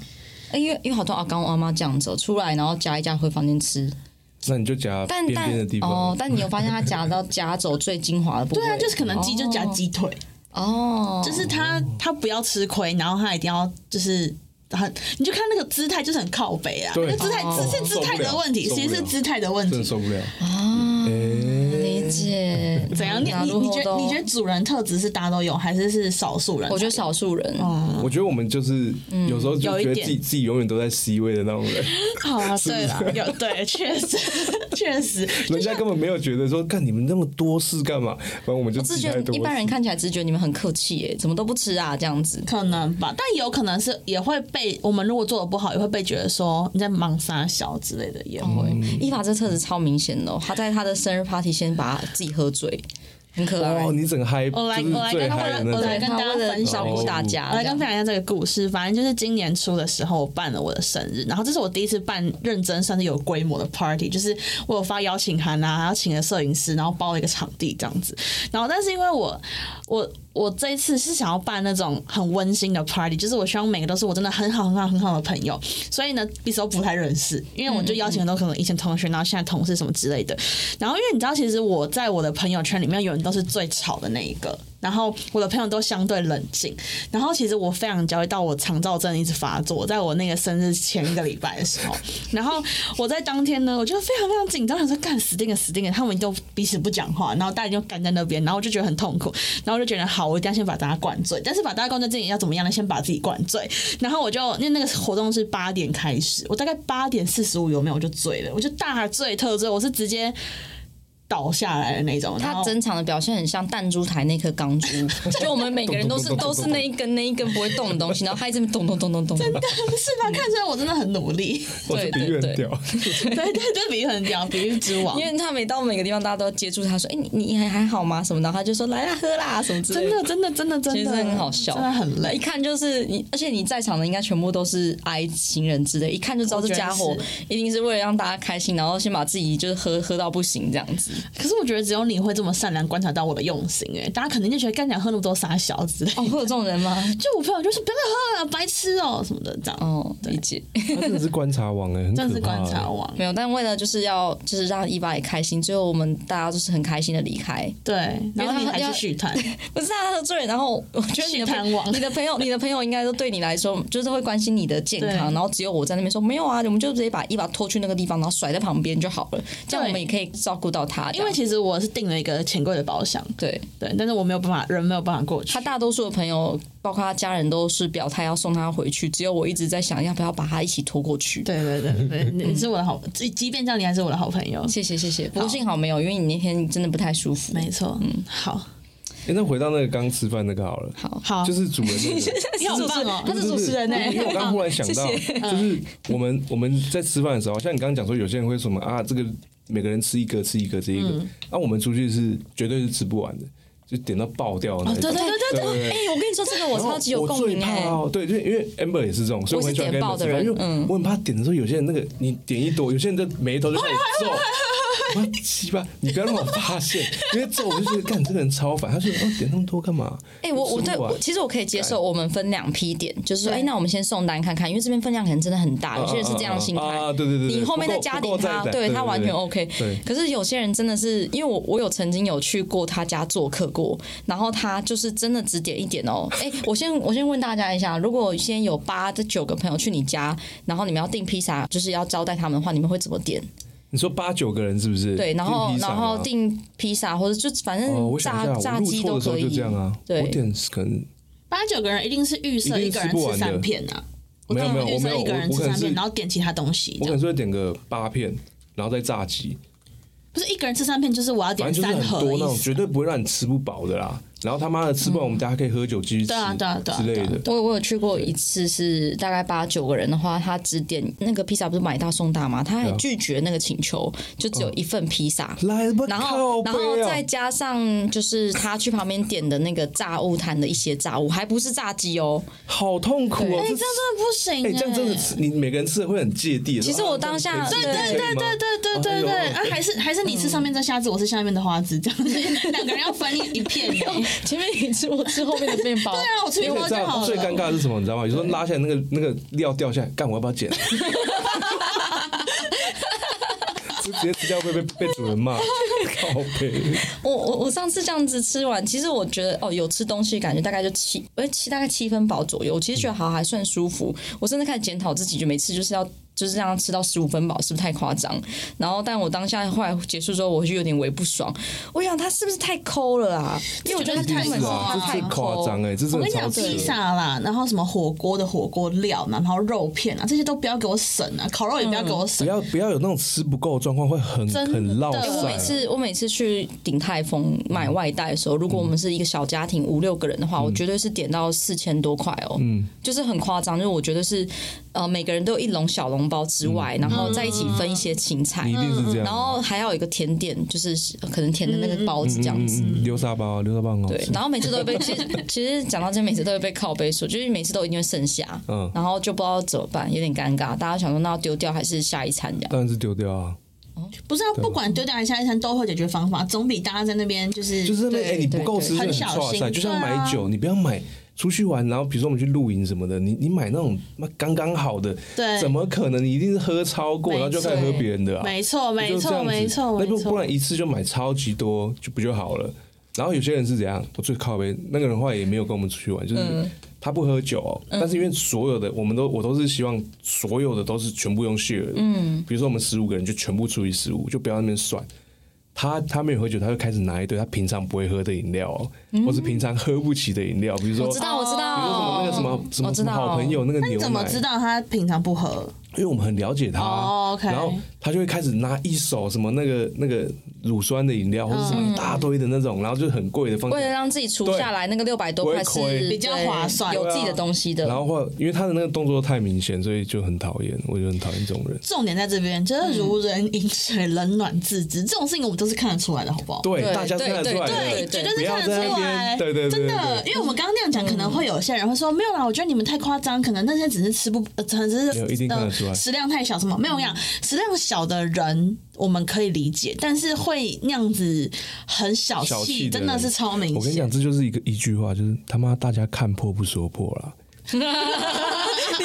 [SPEAKER 4] 哎因为因为好多阿刚我阿妈这样子哦、出来，然后夹一夹回房间吃，
[SPEAKER 1] 那你就夹
[SPEAKER 4] 但
[SPEAKER 1] 边边的地
[SPEAKER 4] 但哦
[SPEAKER 1] 方，，
[SPEAKER 4] 但你有发现他夹到夹走最精华的 部分？
[SPEAKER 3] 对啊，就是可能鸡就夹鸡腿，
[SPEAKER 4] 哦，
[SPEAKER 3] 就是他他不要吃亏，然后他一定要就是很，你就看那个姿态就是很靠北啊，
[SPEAKER 1] 对
[SPEAKER 3] 那姿态
[SPEAKER 4] 哦
[SPEAKER 3] 只是姿态
[SPEAKER 1] 受不
[SPEAKER 3] 的
[SPEAKER 1] 了
[SPEAKER 3] 问题，
[SPEAKER 1] 受不
[SPEAKER 3] 其实是
[SPEAKER 1] 了
[SPEAKER 3] 姿态的问
[SPEAKER 1] 真的
[SPEAKER 3] 题。
[SPEAKER 1] 受不了。
[SPEAKER 4] 啊，
[SPEAKER 1] 哎，
[SPEAKER 4] 理解
[SPEAKER 3] 怎样？你
[SPEAKER 4] な
[SPEAKER 3] 你
[SPEAKER 4] るほど
[SPEAKER 3] 你觉得你觉得主人特质是大家都有，还是是少数人？
[SPEAKER 4] 我觉得少数人，
[SPEAKER 1] 我觉得我们就是有时候就
[SPEAKER 3] 嗯有一
[SPEAKER 1] 觉得
[SPEAKER 3] 点
[SPEAKER 1] 自己自己永远都在 C 位的那种 人。
[SPEAKER 3] 好 啊，对啦，有对，确实确实，
[SPEAKER 1] 人家根本没有觉得说，干你们那么多事干嘛？反正我们就
[SPEAKER 4] 我
[SPEAKER 1] 自
[SPEAKER 4] 只
[SPEAKER 1] 己
[SPEAKER 4] 觉
[SPEAKER 1] 太多
[SPEAKER 4] 得
[SPEAKER 1] 事。
[SPEAKER 4] 一般人看起来只觉得你们很客气耶，怎么都不吃啊这样子。
[SPEAKER 3] 可能吧，但也有可能是也会被我们如果做的不好，也会被觉得说你在忙啥小之类的，也会。
[SPEAKER 1] 嗯
[SPEAKER 4] 伊嗯法这特质超明显的哦、他在他的生日 party 先把自己喝醉，很可爱。
[SPEAKER 1] 哦，你整个嗨，
[SPEAKER 3] 我来
[SPEAKER 1] 就是
[SPEAKER 3] 我来
[SPEAKER 1] 最
[SPEAKER 3] 跟他
[SPEAKER 1] 嗨的
[SPEAKER 3] 们
[SPEAKER 1] 那
[SPEAKER 3] 我
[SPEAKER 1] 种。
[SPEAKER 3] 来
[SPEAKER 4] 对
[SPEAKER 3] 跟
[SPEAKER 4] 他
[SPEAKER 3] 大家
[SPEAKER 4] 为了
[SPEAKER 3] 分
[SPEAKER 4] 照
[SPEAKER 3] 享
[SPEAKER 4] 顾
[SPEAKER 1] 一下
[SPEAKER 4] 大家，
[SPEAKER 3] 嗯我来跟
[SPEAKER 4] 这
[SPEAKER 3] 分
[SPEAKER 4] 样
[SPEAKER 3] 享一下这个故事。反正就是今年初的时候，我办了我的生日，然后这是我第一次办认真算是有规模的 party，就是我有发邀请函啊，然后请了摄影师，然后包了一个场地这样子。然后但是因为我我我这一次是想要办那种很温馨的 party，就是我希望每个都是我真的很好很好很好的朋友，所以呢彼此都不太认识，因为我就邀请很多可能以前同学，然后现在同事什么之类的。然后因为你知道，其实我在我的朋友圈里面，有人都是最吵的那一个。然后我的朋友都相对冷静，然后其实我非常焦虑，到我肠燥症一直发作，在我那个生日前一个礼拜的时候，然后我在当天呢，我就非常非常紧张，想说干死定了死定了，他们都彼此不讲话，然后大家就干在那边，然后我就觉得很痛苦，然后我就觉得好，我一定要先把大家灌醉，但是把大家灌醉之前要怎么样呢？先把自己灌醉，然后我就因为那个活动是八点开始，我大概八点四十五有没有我就醉了，我就大醉特醉，我是直接。倒下来的那种，然后
[SPEAKER 4] 他整场的表现很像弹珠台那颗 钢珠，就我们每个人都是
[SPEAKER 1] 咚咚咚
[SPEAKER 4] 都
[SPEAKER 1] 咚
[SPEAKER 4] 是那一根那一根不会动的东西，然后他一直咚咚咚咚咚，
[SPEAKER 3] 但不是吧？看出来我真的很努 力，
[SPEAKER 1] 我是
[SPEAKER 4] 对
[SPEAKER 1] 比喻
[SPEAKER 4] 对
[SPEAKER 1] 很
[SPEAKER 4] 对
[SPEAKER 1] 屌，
[SPEAKER 3] 对对对，比喻很屌，比喻之王
[SPEAKER 4] 因。为他每到每个地方，大家都要接住他说：“哎、你你还还好吗？”什么的，然后他就说：“来啦，喝啦，什么之类
[SPEAKER 3] 真的，真的，真的，真的，
[SPEAKER 4] 其实很好笑
[SPEAKER 3] 真的很
[SPEAKER 4] 一
[SPEAKER 3] 累。
[SPEAKER 4] 看就是你，而且你在场的应该全部都是 I 情人之类，一看就知道这家
[SPEAKER 3] 我
[SPEAKER 4] 伙
[SPEAKER 3] 觉得
[SPEAKER 4] 一定是为了让大家开心，然后先把自己就是喝喝到不行这样子。
[SPEAKER 3] 可是我觉得只有你会这么善良观察到我的用心、哎，大家肯定就觉得干讲喝那么多傻小子。
[SPEAKER 4] 哦，会有这种人吗？
[SPEAKER 3] 就我朋友就是不要再喝了，白痴哦、什么的这样，
[SPEAKER 4] 哦，理解。
[SPEAKER 1] 他真的是观察王哎，很
[SPEAKER 3] 真的是
[SPEAKER 1] 可怕
[SPEAKER 3] 观察
[SPEAKER 1] 欸。
[SPEAKER 3] 王。
[SPEAKER 4] 没有，但为了就是要就是让伊娃也开心，最后我们大家就是很开心的离开。
[SPEAKER 3] 对，然后你还
[SPEAKER 4] 因为他
[SPEAKER 3] 是续 谈，
[SPEAKER 4] 不是啊，他喝醉了，然后我觉得你
[SPEAKER 3] 去
[SPEAKER 4] 的
[SPEAKER 3] 贪
[SPEAKER 4] 朋
[SPEAKER 3] 玩
[SPEAKER 4] 你的朋友，你的朋友应该都对你来说就是会关心你的健康，
[SPEAKER 3] 对
[SPEAKER 4] 然后只有我在那边说没有啊，我们就直接把伊娃拖去那个地方，然后甩在旁边就好了，这样
[SPEAKER 3] 对
[SPEAKER 4] 我们也可以照顾到他。这
[SPEAKER 3] 因
[SPEAKER 4] 样
[SPEAKER 3] 为其实我是订了一个钱柜的包厢，
[SPEAKER 4] 对
[SPEAKER 3] 对，但是我没有办法，人没有办法过去
[SPEAKER 4] 他。大多数的朋友，包括他家人，都是表态要送他回去，只有我一直在想要不要把他一起拖过去。
[SPEAKER 3] 对对对对， 你是我的好，即即便这样，你还是我的好朋友。
[SPEAKER 4] 嗯谢谢谢谢，不过幸好没有，因为你那天真的不太舒服。
[SPEAKER 3] 没错，嗯，好，
[SPEAKER 1] 哎，那回到那个刚吃饭那个好了，
[SPEAKER 4] 好，
[SPEAKER 3] 好，
[SPEAKER 1] 就是主人那个。
[SPEAKER 3] 你好棒哦，
[SPEAKER 4] 他是主持人呢、
[SPEAKER 1] 因为我刚忽然想到，
[SPEAKER 4] 嗯
[SPEAKER 1] 就是我们我们在吃饭的时候，像你刚刚讲说，有些人会
[SPEAKER 4] 嗯
[SPEAKER 1] 什么啊，这个每个人吃一个吃一个这一个，那、我们出去是绝对是吃不完的。就点到爆掉的那
[SPEAKER 3] 哦，
[SPEAKER 1] 一
[SPEAKER 3] 对
[SPEAKER 1] 种。
[SPEAKER 3] 对对对对，
[SPEAKER 1] 对
[SPEAKER 4] 哎、我跟你说，这个我
[SPEAKER 1] 然后
[SPEAKER 4] 超级有
[SPEAKER 1] 我
[SPEAKER 4] 共
[SPEAKER 1] 最
[SPEAKER 4] 鸣
[SPEAKER 1] 怕
[SPEAKER 4] 哎、
[SPEAKER 1] 哦对，就因为 Amber 也是这种，所以我
[SPEAKER 4] 我是
[SPEAKER 1] 很喜欢
[SPEAKER 4] 点
[SPEAKER 1] 跟
[SPEAKER 4] 爆
[SPEAKER 1] Amber
[SPEAKER 4] 的
[SPEAKER 1] 吃饭
[SPEAKER 4] 人
[SPEAKER 1] 因为
[SPEAKER 4] 嗯
[SPEAKER 1] 我很怕点的时候，有些人那个你点一朵，有些人的眉头就开始 皱。我说鸡巴，你不要让我发现， 因为皱我就觉得干这个人超烦。他说哦，点那么多干嘛？
[SPEAKER 4] 哎、我我对
[SPEAKER 1] 食物啊
[SPEAKER 4] 我其实我可以接受，我们分两批点，就是说，哎、
[SPEAKER 3] 对
[SPEAKER 4] 那我们先送单看看，因为这边分量可能真的很
[SPEAKER 1] 嗯
[SPEAKER 4] 大，有些人是这样的心态。
[SPEAKER 1] 啊，对对对，对
[SPEAKER 4] 你后面再
[SPEAKER 1] 不够
[SPEAKER 4] 加
[SPEAKER 1] 不够
[SPEAKER 4] 点他，
[SPEAKER 1] 再
[SPEAKER 4] 对他完全
[SPEAKER 1] 对
[SPEAKER 4] OK
[SPEAKER 1] 对。
[SPEAKER 4] 可是有些人真的是，因为我我有曾经有去过他家做客过，然后他就是真的只点一点哦。哎，我先我先问大家一下，如果先有八这九个朋友去你家，然后你们要订披萨，就是要招待他们的话，你们会怎么点？
[SPEAKER 1] 你说八九个人是不是？
[SPEAKER 4] 对，然后
[SPEAKER 1] 订披萨
[SPEAKER 4] 然
[SPEAKER 1] 吗
[SPEAKER 4] 后订披萨或者就反
[SPEAKER 3] 嗯
[SPEAKER 1] 哦，
[SPEAKER 4] 正
[SPEAKER 1] 我想一
[SPEAKER 4] 炸
[SPEAKER 1] 下，
[SPEAKER 4] 炸
[SPEAKER 1] 我入
[SPEAKER 4] 鸡
[SPEAKER 1] 错
[SPEAKER 4] 都
[SPEAKER 1] 的时候
[SPEAKER 4] 可
[SPEAKER 1] 就
[SPEAKER 4] 以
[SPEAKER 1] 这样。啊。
[SPEAKER 4] 对
[SPEAKER 1] 我点可能
[SPEAKER 3] 八九个人一定是预设
[SPEAKER 1] 一
[SPEAKER 3] 一
[SPEAKER 1] 定
[SPEAKER 3] 个
[SPEAKER 1] 吃
[SPEAKER 3] 人
[SPEAKER 1] 不完
[SPEAKER 3] 吃
[SPEAKER 1] 的
[SPEAKER 3] 三片啊。
[SPEAKER 1] 没有
[SPEAKER 3] 刚
[SPEAKER 1] 没
[SPEAKER 3] 刚
[SPEAKER 1] 有，我
[SPEAKER 3] 预
[SPEAKER 1] 没
[SPEAKER 3] 设
[SPEAKER 1] 有，
[SPEAKER 3] 一个
[SPEAKER 1] 我
[SPEAKER 3] 人
[SPEAKER 1] 我
[SPEAKER 3] 吃
[SPEAKER 1] 可能
[SPEAKER 3] 三
[SPEAKER 1] 是
[SPEAKER 3] 片，然后点其他东西
[SPEAKER 1] 我可
[SPEAKER 3] 这样。
[SPEAKER 1] 能是会点个八片，然后再炸鸡，
[SPEAKER 3] 不是一个人吃三片，就是我要
[SPEAKER 1] 反
[SPEAKER 3] 点
[SPEAKER 1] 正就
[SPEAKER 3] 三
[SPEAKER 1] 是
[SPEAKER 3] 盒
[SPEAKER 1] 很
[SPEAKER 3] 的
[SPEAKER 1] 多
[SPEAKER 3] 意
[SPEAKER 1] 那种，
[SPEAKER 3] 思。嗯
[SPEAKER 1] 绝对不会让你吃不饱的啦。然后他妈的吃不完，我们大家可以喝酒继续吃，
[SPEAKER 3] 对啊对啊对啊
[SPEAKER 1] 之类
[SPEAKER 3] 对
[SPEAKER 1] 的。
[SPEAKER 4] 我我有去过一次，是大概八九个人的话，他只点那个披萨，不是买大送大吗？他还
[SPEAKER 1] 对啊嗯
[SPEAKER 4] 拒绝那个请求，就只有一份披萨。
[SPEAKER 1] 来吧，
[SPEAKER 4] 然
[SPEAKER 1] 靠
[SPEAKER 4] 后，
[SPEAKER 1] 背
[SPEAKER 4] 然
[SPEAKER 1] 啊
[SPEAKER 4] 后再加上就是他去旁边点的那个炸物摊的一些炸物，还不是炸鸡哦。
[SPEAKER 1] 好痛苦哦！
[SPEAKER 3] 哎，
[SPEAKER 1] 这
[SPEAKER 3] 这样真的不行
[SPEAKER 1] 哎，这样真的
[SPEAKER 3] 啊哎
[SPEAKER 1] 吃，你每个人吃的会很芥蒂。
[SPEAKER 4] 其实
[SPEAKER 1] 说啊
[SPEAKER 4] 我当
[SPEAKER 1] 这样
[SPEAKER 4] 下
[SPEAKER 1] 可以
[SPEAKER 4] 对
[SPEAKER 1] 可以
[SPEAKER 3] 对
[SPEAKER 1] 吗
[SPEAKER 3] 对对对对对，
[SPEAKER 1] 哎呦
[SPEAKER 3] 啊，还是还是你吃上面的虾子，我吃下面的花枝，这样子两个人要分一 片欸。
[SPEAKER 4] 前面你吃，我吃后面的面包。
[SPEAKER 3] 对啊，我吃一
[SPEAKER 1] 而且
[SPEAKER 3] 包
[SPEAKER 1] 这
[SPEAKER 3] 就好
[SPEAKER 1] 样
[SPEAKER 3] 了。
[SPEAKER 1] 最尴尬的是什么？你知道 吗？有时候拉下来那个那个料掉下来，干我要不要捡？就直接吃掉会被被主人 骂，靠背。
[SPEAKER 4] 我我我上次这样子吃完，其实我觉得哦，有吃东西感觉大概就七，哎七大概七分饱左右。我其实觉得好还算舒服。我甚至开始检讨自己，就每次就是要就是这样吃到十五分饱，是不是太夸张？然后，但我当下后来结束之后，我就有点微不爽。我想他是不是太抠了啊？因为我觉得他
[SPEAKER 3] 这
[SPEAKER 4] 根
[SPEAKER 3] 就是太
[SPEAKER 4] 本是
[SPEAKER 3] 抠啊
[SPEAKER 1] 这
[SPEAKER 4] 他
[SPEAKER 1] 最
[SPEAKER 4] 太
[SPEAKER 1] 夸张哎，这
[SPEAKER 3] 我
[SPEAKER 1] 真的超
[SPEAKER 3] 跟你讲，
[SPEAKER 1] 扯。
[SPEAKER 3] 披萨啦，然后什么火锅的火锅料，然后肉片啊，这些都不要给我省啊，烤肉也不要给我
[SPEAKER 1] 不
[SPEAKER 3] 省。
[SPEAKER 1] 要不要有那种吃不够的状况，会很
[SPEAKER 3] 真的
[SPEAKER 1] 很落
[SPEAKER 3] 哎
[SPEAKER 4] 我每
[SPEAKER 1] 塞。
[SPEAKER 4] 次我每次去鼎泰丰买
[SPEAKER 1] 嗯
[SPEAKER 4] 外带的时候，如果我们是一个小家庭五六个人的话，我绝对是点到四千多块哦，
[SPEAKER 1] 嗯
[SPEAKER 4] 就是很夸张，就是我觉得是呃每个人都有一笼小笼包之外，然后在一起分一些青菜
[SPEAKER 1] 嗯你一，定是这样。
[SPEAKER 4] 然后还要有一个甜点，就是可能甜的那个包子这样子。
[SPEAKER 1] 嗯，嗯流沙包，流沙包很好
[SPEAKER 4] 对
[SPEAKER 1] 吃，。
[SPEAKER 4] 然后每次都会被，其实其实讲到这，每次都会被靠背说，就是每次都一定会剩下，
[SPEAKER 1] 嗯
[SPEAKER 4] 然后就不知道怎么办，有点尴尬。大家想说，那要丢掉还是下一餐这样？
[SPEAKER 1] 当然是丢掉啊，
[SPEAKER 3] 不是啊，不管丢掉还是下一餐都会有解决方法，总比大家在那边就是
[SPEAKER 1] 就是那边哎，你不够吃
[SPEAKER 3] 对
[SPEAKER 1] 就
[SPEAKER 3] 很小
[SPEAKER 1] 挫
[SPEAKER 3] 心
[SPEAKER 1] 塞，就像
[SPEAKER 3] 对啊
[SPEAKER 1] 买酒，你不要买出去玩，然后比如说我们去露营什么的，你你买那种妈刚刚好的，
[SPEAKER 3] 对
[SPEAKER 1] 怎么可能？你一定是喝超过，
[SPEAKER 3] 没
[SPEAKER 1] 然后就开始喝别人的啊，
[SPEAKER 3] 没错没
[SPEAKER 1] 就这样子
[SPEAKER 3] 错没错
[SPEAKER 1] 那
[SPEAKER 3] 没
[SPEAKER 1] 不不
[SPEAKER 3] 错。
[SPEAKER 1] 然一次就买超级多，就不就好了？然后有些人是怎样？我最靠背那个人后来也没有跟我们出去玩，就是
[SPEAKER 3] 嗯
[SPEAKER 1] 他不喝酒哦、但是因为所有的我们都我都是希望所有的都是全部用 share 的，嗯，比如说我们十五个人就全部除以十五，就不要在那边算。他他没有喝酒，他就开始拿一堆他平常不会喝的饮料、哦，
[SPEAKER 3] 嗯
[SPEAKER 1] 或是平常喝不起的饮料，比如说
[SPEAKER 4] 我知道，我知
[SPEAKER 1] 比如说什么那个什么
[SPEAKER 4] 道，
[SPEAKER 1] 什
[SPEAKER 4] 我
[SPEAKER 1] 么
[SPEAKER 4] 知
[SPEAKER 1] 什么
[SPEAKER 4] 道
[SPEAKER 1] 好朋友那个
[SPEAKER 3] 那
[SPEAKER 1] 牛奶，
[SPEAKER 3] 你怎么知道他平常不喝？
[SPEAKER 1] 因为我们很了解他，
[SPEAKER 3] 哦，OK
[SPEAKER 1] 然后他就会开始拿一手什么那个那个乳酸的饮料，或者什么
[SPEAKER 3] 嗯
[SPEAKER 1] 一大堆的那种，然后就很贵的放进
[SPEAKER 4] 为了
[SPEAKER 1] 来。
[SPEAKER 4] 让自己除下来那个六百多
[SPEAKER 1] 不会
[SPEAKER 4] 块是
[SPEAKER 1] 亏
[SPEAKER 3] 比较划算
[SPEAKER 4] 有自己的东西的。
[SPEAKER 1] 然 后或因为他的那个动作太明显，所以就很讨厌，我就很讨厌这种人。
[SPEAKER 3] 重点在这边，就是如人饮水，冷暖自知，这种事情我们都是看得出来的，好不好？
[SPEAKER 1] 对，
[SPEAKER 4] 对
[SPEAKER 1] 大家都看得出来的，
[SPEAKER 4] 对
[SPEAKER 3] 对，绝对
[SPEAKER 1] 不
[SPEAKER 3] 是
[SPEAKER 1] 要
[SPEAKER 3] 看
[SPEAKER 1] 在
[SPEAKER 3] 得
[SPEAKER 1] 那
[SPEAKER 3] 出
[SPEAKER 1] 边，
[SPEAKER 3] 来，
[SPEAKER 1] 对对对，
[SPEAKER 3] 真
[SPEAKER 1] 对
[SPEAKER 3] 的，因为我们刚刚那样讲，可能会有些人会说没有啦，我觉得你们太夸张，可能那些只是吃不，呃，只是
[SPEAKER 1] 没有一定看得
[SPEAKER 3] 呃
[SPEAKER 1] 出来嗯
[SPEAKER 3] 食量太小什么，没有样，食量小的人我们可以理解，但是会那样子很小
[SPEAKER 1] 小
[SPEAKER 3] 气，
[SPEAKER 1] 气的
[SPEAKER 3] 真
[SPEAKER 1] 人
[SPEAKER 3] 的是超明显。
[SPEAKER 1] 我跟你讲，这就是一个一句话，就是他妈大家看破不说破啦。
[SPEAKER 4] 你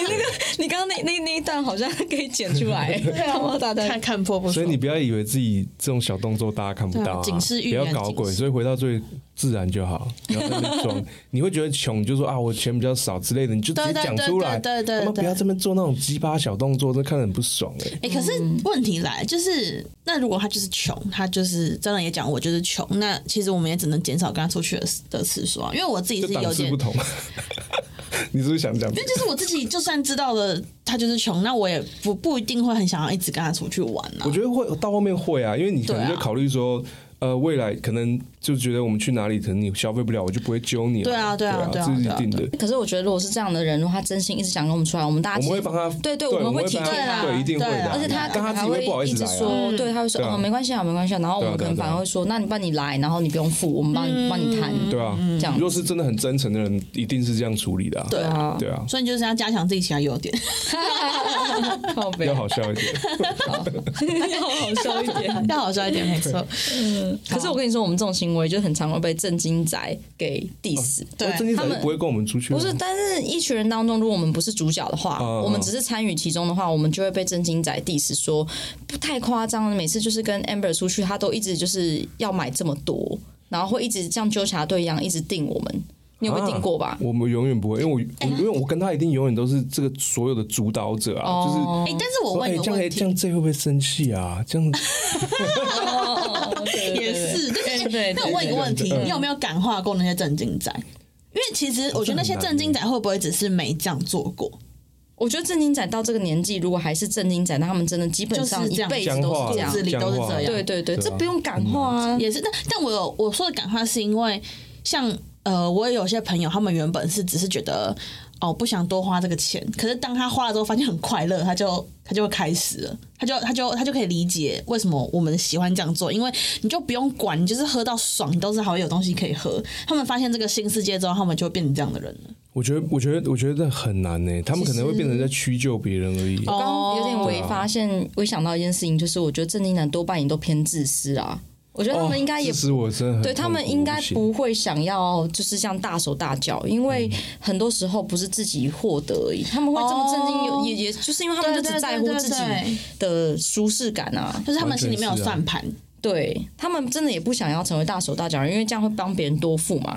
[SPEAKER 4] 那个，你刚刚那那那一段好像可以剪 出来，
[SPEAKER 1] 啊
[SPEAKER 4] 他妈大
[SPEAKER 3] 看看破不
[SPEAKER 1] 所
[SPEAKER 3] 说
[SPEAKER 1] 以你不要以为自己这种小动作大家看不到、啊，
[SPEAKER 3] 对啊警示
[SPEAKER 1] 不
[SPEAKER 3] 预
[SPEAKER 1] 要
[SPEAKER 3] 言
[SPEAKER 1] 搞鬼。
[SPEAKER 3] 警示
[SPEAKER 1] 所以回到最自然就好，不要在那边 装。你会觉得穷，你就说啊，我钱比较少之类的，你就直接
[SPEAKER 3] 对对
[SPEAKER 1] 讲
[SPEAKER 3] 对
[SPEAKER 1] 出来。
[SPEAKER 3] 对对对
[SPEAKER 1] 他妈不
[SPEAKER 3] 对
[SPEAKER 1] 要这边做那种鸡巴小动作，这看得很不爽哎、
[SPEAKER 3] 哎、可是问题来就是，那如果他就是穷，他就是真的也讲我就是穷，那其实我们也只能减少跟他出去的的次数啊，因为我自己
[SPEAKER 1] 就是档
[SPEAKER 3] 有
[SPEAKER 1] 次
[SPEAKER 3] 点
[SPEAKER 1] 不，同。 你是不是想讲？
[SPEAKER 3] 那就是我自己就算知道了他就是穷，那我也不不一定会很想要一直跟他出去玩啊
[SPEAKER 1] 我。觉得会到后面会啊，因为你可能
[SPEAKER 3] 对
[SPEAKER 1] 就
[SPEAKER 3] 啊
[SPEAKER 1] 考虑说，呃，未来可能就觉得我们去哪里，可能你消费不了，我就不会揪你了。
[SPEAKER 3] 对啊对啊
[SPEAKER 1] 对
[SPEAKER 3] 对啊
[SPEAKER 1] 这是
[SPEAKER 3] 对
[SPEAKER 1] 一
[SPEAKER 3] 啊
[SPEAKER 1] 定的。
[SPEAKER 4] 可是我觉得，如果是这样的人，如果他真心一直想跟我们出来，我们大家
[SPEAKER 1] 我
[SPEAKER 4] 其
[SPEAKER 1] 们
[SPEAKER 3] 啊
[SPEAKER 4] 实
[SPEAKER 1] 会帮他，
[SPEAKER 4] 对对，
[SPEAKER 1] 我
[SPEAKER 4] 我们会
[SPEAKER 1] 会
[SPEAKER 4] 体
[SPEAKER 1] 帮
[SPEAKER 4] 贴
[SPEAKER 1] 他
[SPEAKER 3] 啦
[SPEAKER 1] 对，一定会
[SPEAKER 3] 对
[SPEAKER 1] 的。
[SPEAKER 3] 啊
[SPEAKER 4] 而且他
[SPEAKER 1] 但他
[SPEAKER 4] 可能
[SPEAKER 1] 自
[SPEAKER 4] 还
[SPEAKER 1] 己会不好
[SPEAKER 4] 会
[SPEAKER 1] 意
[SPEAKER 4] 一
[SPEAKER 1] 思
[SPEAKER 4] 直
[SPEAKER 1] 来啊
[SPEAKER 4] 说，对，他会说
[SPEAKER 1] 对啊
[SPEAKER 4] 哦没关系啊，没关系啊，然后我
[SPEAKER 1] 对啊
[SPEAKER 4] 们可
[SPEAKER 1] 对啊
[SPEAKER 4] 能
[SPEAKER 1] 对啊
[SPEAKER 4] 反而会说，那你不然你来，然后你不用付，我们帮你帮你谈，
[SPEAKER 1] 对啊，
[SPEAKER 4] 这样
[SPEAKER 1] 如果是真的很真诚的人，一定是这样处理的啊。
[SPEAKER 3] 对啊，
[SPEAKER 1] 对啊，
[SPEAKER 3] 所以你就是要加强自己其他优点。
[SPEAKER 4] 靠背
[SPEAKER 1] 要好笑一点。
[SPEAKER 4] 要好笑一点。
[SPEAKER 3] 要好笑一点，没错。哎
[SPEAKER 4] 可是我跟你说，我们这种行为就很常会被正经仔给 diss。
[SPEAKER 3] 对
[SPEAKER 1] 我真心
[SPEAKER 4] 他
[SPEAKER 1] 仔
[SPEAKER 4] 们
[SPEAKER 1] 不会跟我们出去吗。
[SPEAKER 4] 不是，但是一群人当中，如果我们不是主角的话，
[SPEAKER 1] 嗯
[SPEAKER 4] 我们只是参与其中的话，我们就会被正经仔 diss 说不太夸张了。每次就是跟 Amber 出去，他都一直就是要买这么多，然后会一直像纠察队一样一直定我们。你有被定过吧？
[SPEAKER 1] 我们永远不会，因为我我因为我跟他一定永远都是这个所有的主导者啊，就是
[SPEAKER 4] 哦
[SPEAKER 3] 哎，但是我
[SPEAKER 1] 说
[SPEAKER 3] 问
[SPEAKER 1] 哎
[SPEAKER 3] 你
[SPEAKER 1] 这样
[SPEAKER 3] 个
[SPEAKER 1] 哎
[SPEAKER 3] 问
[SPEAKER 1] 这
[SPEAKER 3] 题，
[SPEAKER 1] 样这会不会生气啊？这样
[SPEAKER 4] 哦对对对
[SPEAKER 3] 也是，但是
[SPEAKER 4] 对对
[SPEAKER 3] 哎那我问一个问题，你有没有感化过那些震惊仔？因为其实我觉得那些震惊仔会不会只是没这样做过？
[SPEAKER 4] 我觉得正经仔到这个年纪，如果还是正经仔，那他们真的基本上
[SPEAKER 3] 就是
[SPEAKER 4] 一
[SPEAKER 3] 这样
[SPEAKER 4] 辈子
[SPEAKER 1] 讲
[SPEAKER 4] 都
[SPEAKER 1] 话
[SPEAKER 4] 是这样
[SPEAKER 3] 骨子。里
[SPEAKER 1] 讲
[SPEAKER 3] 都是
[SPEAKER 1] 话
[SPEAKER 3] 这样
[SPEAKER 4] 对对
[SPEAKER 1] 对
[SPEAKER 4] 对，
[SPEAKER 1] 啊
[SPEAKER 4] 这不用感化啊。
[SPEAKER 3] 也是，但但我有我说的感化是因为像呃，我也有些朋友，他们原本是只是觉得哦不想多花这个钱，可是当他花了之后发现很快乐，他就他就会开始了，他就他就他就可以理解为什么我们喜欢这样做，因为你就不用管，你就是喝到爽，你都是好有东西可以喝。他们发现这个新世界之后，他们就会变成这样的人了。
[SPEAKER 1] 我觉得，我觉得，我觉得很难呢、他们可能会变成在屈就别人而已。
[SPEAKER 4] 我刚刚有点
[SPEAKER 3] 哦
[SPEAKER 4] 微发现，我想到一件事情，就是我觉得正经男多半也都偏自私啊。我觉得他们应该也
[SPEAKER 1] 其实我真哦的很
[SPEAKER 4] 对他们应该不会想要就是像大手大脚，因为很多时候不是自己获得而已，他们会这么震惊，有
[SPEAKER 3] 哦
[SPEAKER 4] 也也就是因为他
[SPEAKER 3] 对对
[SPEAKER 4] 们就
[SPEAKER 3] 对
[SPEAKER 4] 只在乎自己
[SPEAKER 3] 对对
[SPEAKER 4] 的舒适感啊。
[SPEAKER 3] 就是他们心里面有算盘，
[SPEAKER 4] 对他们真的也不想要成为大手大脚，因为这样会帮别人多付嘛。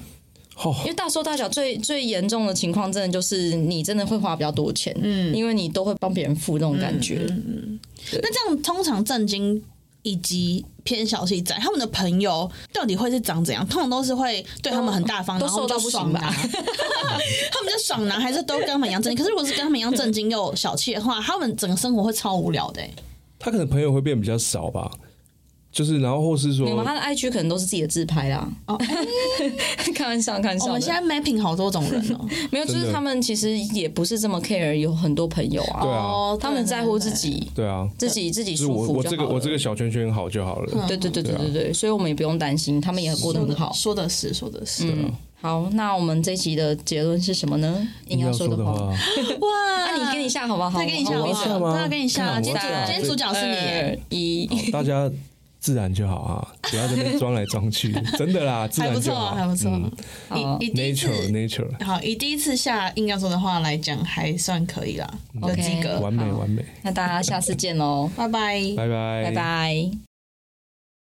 [SPEAKER 4] 因
[SPEAKER 1] 哦，
[SPEAKER 4] 为大手大脚最最严重的情况，真的就是你真的会花比较多钱，嗯，因为你都会帮别人付那种感觉。
[SPEAKER 3] 那这样通常震惊以及偏小气仔，他们的朋友到底会是长怎样？通常都是会对他们很大方，
[SPEAKER 4] 都
[SPEAKER 3] 然后
[SPEAKER 4] 瘦到
[SPEAKER 3] 就
[SPEAKER 4] 不
[SPEAKER 3] 爽
[SPEAKER 4] 行吧
[SPEAKER 3] 拿， 他们就爽拿，还是都跟他们一样震惊？可是如果是跟他们一样震惊又小气的话，他们整个生活会超无聊的、欸。
[SPEAKER 1] 他可能朋友会变比较少吧，就是然后或是说
[SPEAKER 4] 没，有，他的 IG 可能都是自己的自拍啦。
[SPEAKER 3] 哦哎
[SPEAKER 4] 开玩笑，开玩
[SPEAKER 3] 我
[SPEAKER 4] 笑
[SPEAKER 3] 们现
[SPEAKER 4] 的。
[SPEAKER 3] 在 mapping 好多种人哦、
[SPEAKER 4] 没有，就
[SPEAKER 1] 真
[SPEAKER 4] 是
[SPEAKER 1] 的
[SPEAKER 4] 他们其实也不是这么 care，有很多朋友啊，
[SPEAKER 1] 对啊
[SPEAKER 3] 哦，
[SPEAKER 4] 他们在乎自己，
[SPEAKER 1] 对啊，
[SPEAKER 4] 自己自己
[SPEAKER 1] 就是
[SPEAKER 4] 舒
[SPEAKER 1] 我
[SPEAKER 4] 服
[SPEAKER 1] 我
[SPEAKER 4] 就
[SPEAKER 1] 这个
[SPEAKER 4] 好了嗯
[SPEAKER 1] 我这个，小圈圈好就好了。
[SPEAKER 4] 对对对对
[SPEAKER 1] 对啊
[SPEAKER 4] 对对，所以我们也不用担心，他们也过得
[SPEAKER 3] 说
[SPEAKER 4] 很
[SPEAKER 3] 的
[SPEAKER 4] 好。
[SPEAKER 3] 啊说的是，说的是。
[SPEAKER 4] 嗯，好，那我们这一集的结论是什么呢？硬要说
[SPEAKER 1] 说
[SPEAKER 4] 的话，
[SPEAKER 1] 话，
[SPEAKER 3] 哇，
[SPEAKER 4] 那你给你下好不好？
[SPEAKER 3] 再给你下
[SPEAKER 4] 好
[SPEAKER 3] 好不
[SPEAKER 4] 我
[SPEAKER 1] 下
[SPEAKER 3] 好？
[SPEAKER 1] 吗
[SPEAKER 3] 那给你下，
[SPEAKER 1] 看
[SPEAKER 3] 今天
[SPEAKER 1] 我
[SPEAKER 4] 啊
[SPEAKER 1] 下
[SPEAKER 3] 今天主角是你，
[SPEAKER 4] 二一。
[SPEAKER 1] 大家自然就好啊，不要在那边装来装去，真的啦，自
[SPEAKER 3] 还
[SPEAKER 1] 然
[SPEAKER 3] 不
[SPEAKER 1] 就
[SPEAKER 3] 错
[SPEAKER 1] 好，
[SPEAKER 3] 啊，还不错啊
[SPEAKER 1] 嗯。
[SPEAKER 4] 好
[SPEAKER 3] 以以第一次
[SPEAKER 1] ，nature nature，
[SPEAKER 3] 好，以第一次下硬要说的话来讲，还算可以啦，有
[SPEAKER 4] OK
[SPEAKER 3] 及格。
[SPEAKER 1] 完美
[SPEAKER 4] 好
[SPEAKER 1] 完美，
[SPEAKER 4] 那大家下次见喽，
[SPEAKER 3] 拜拜。
[SPEAKER 1] 拜拜
[SPEAKER 4] 拜拜。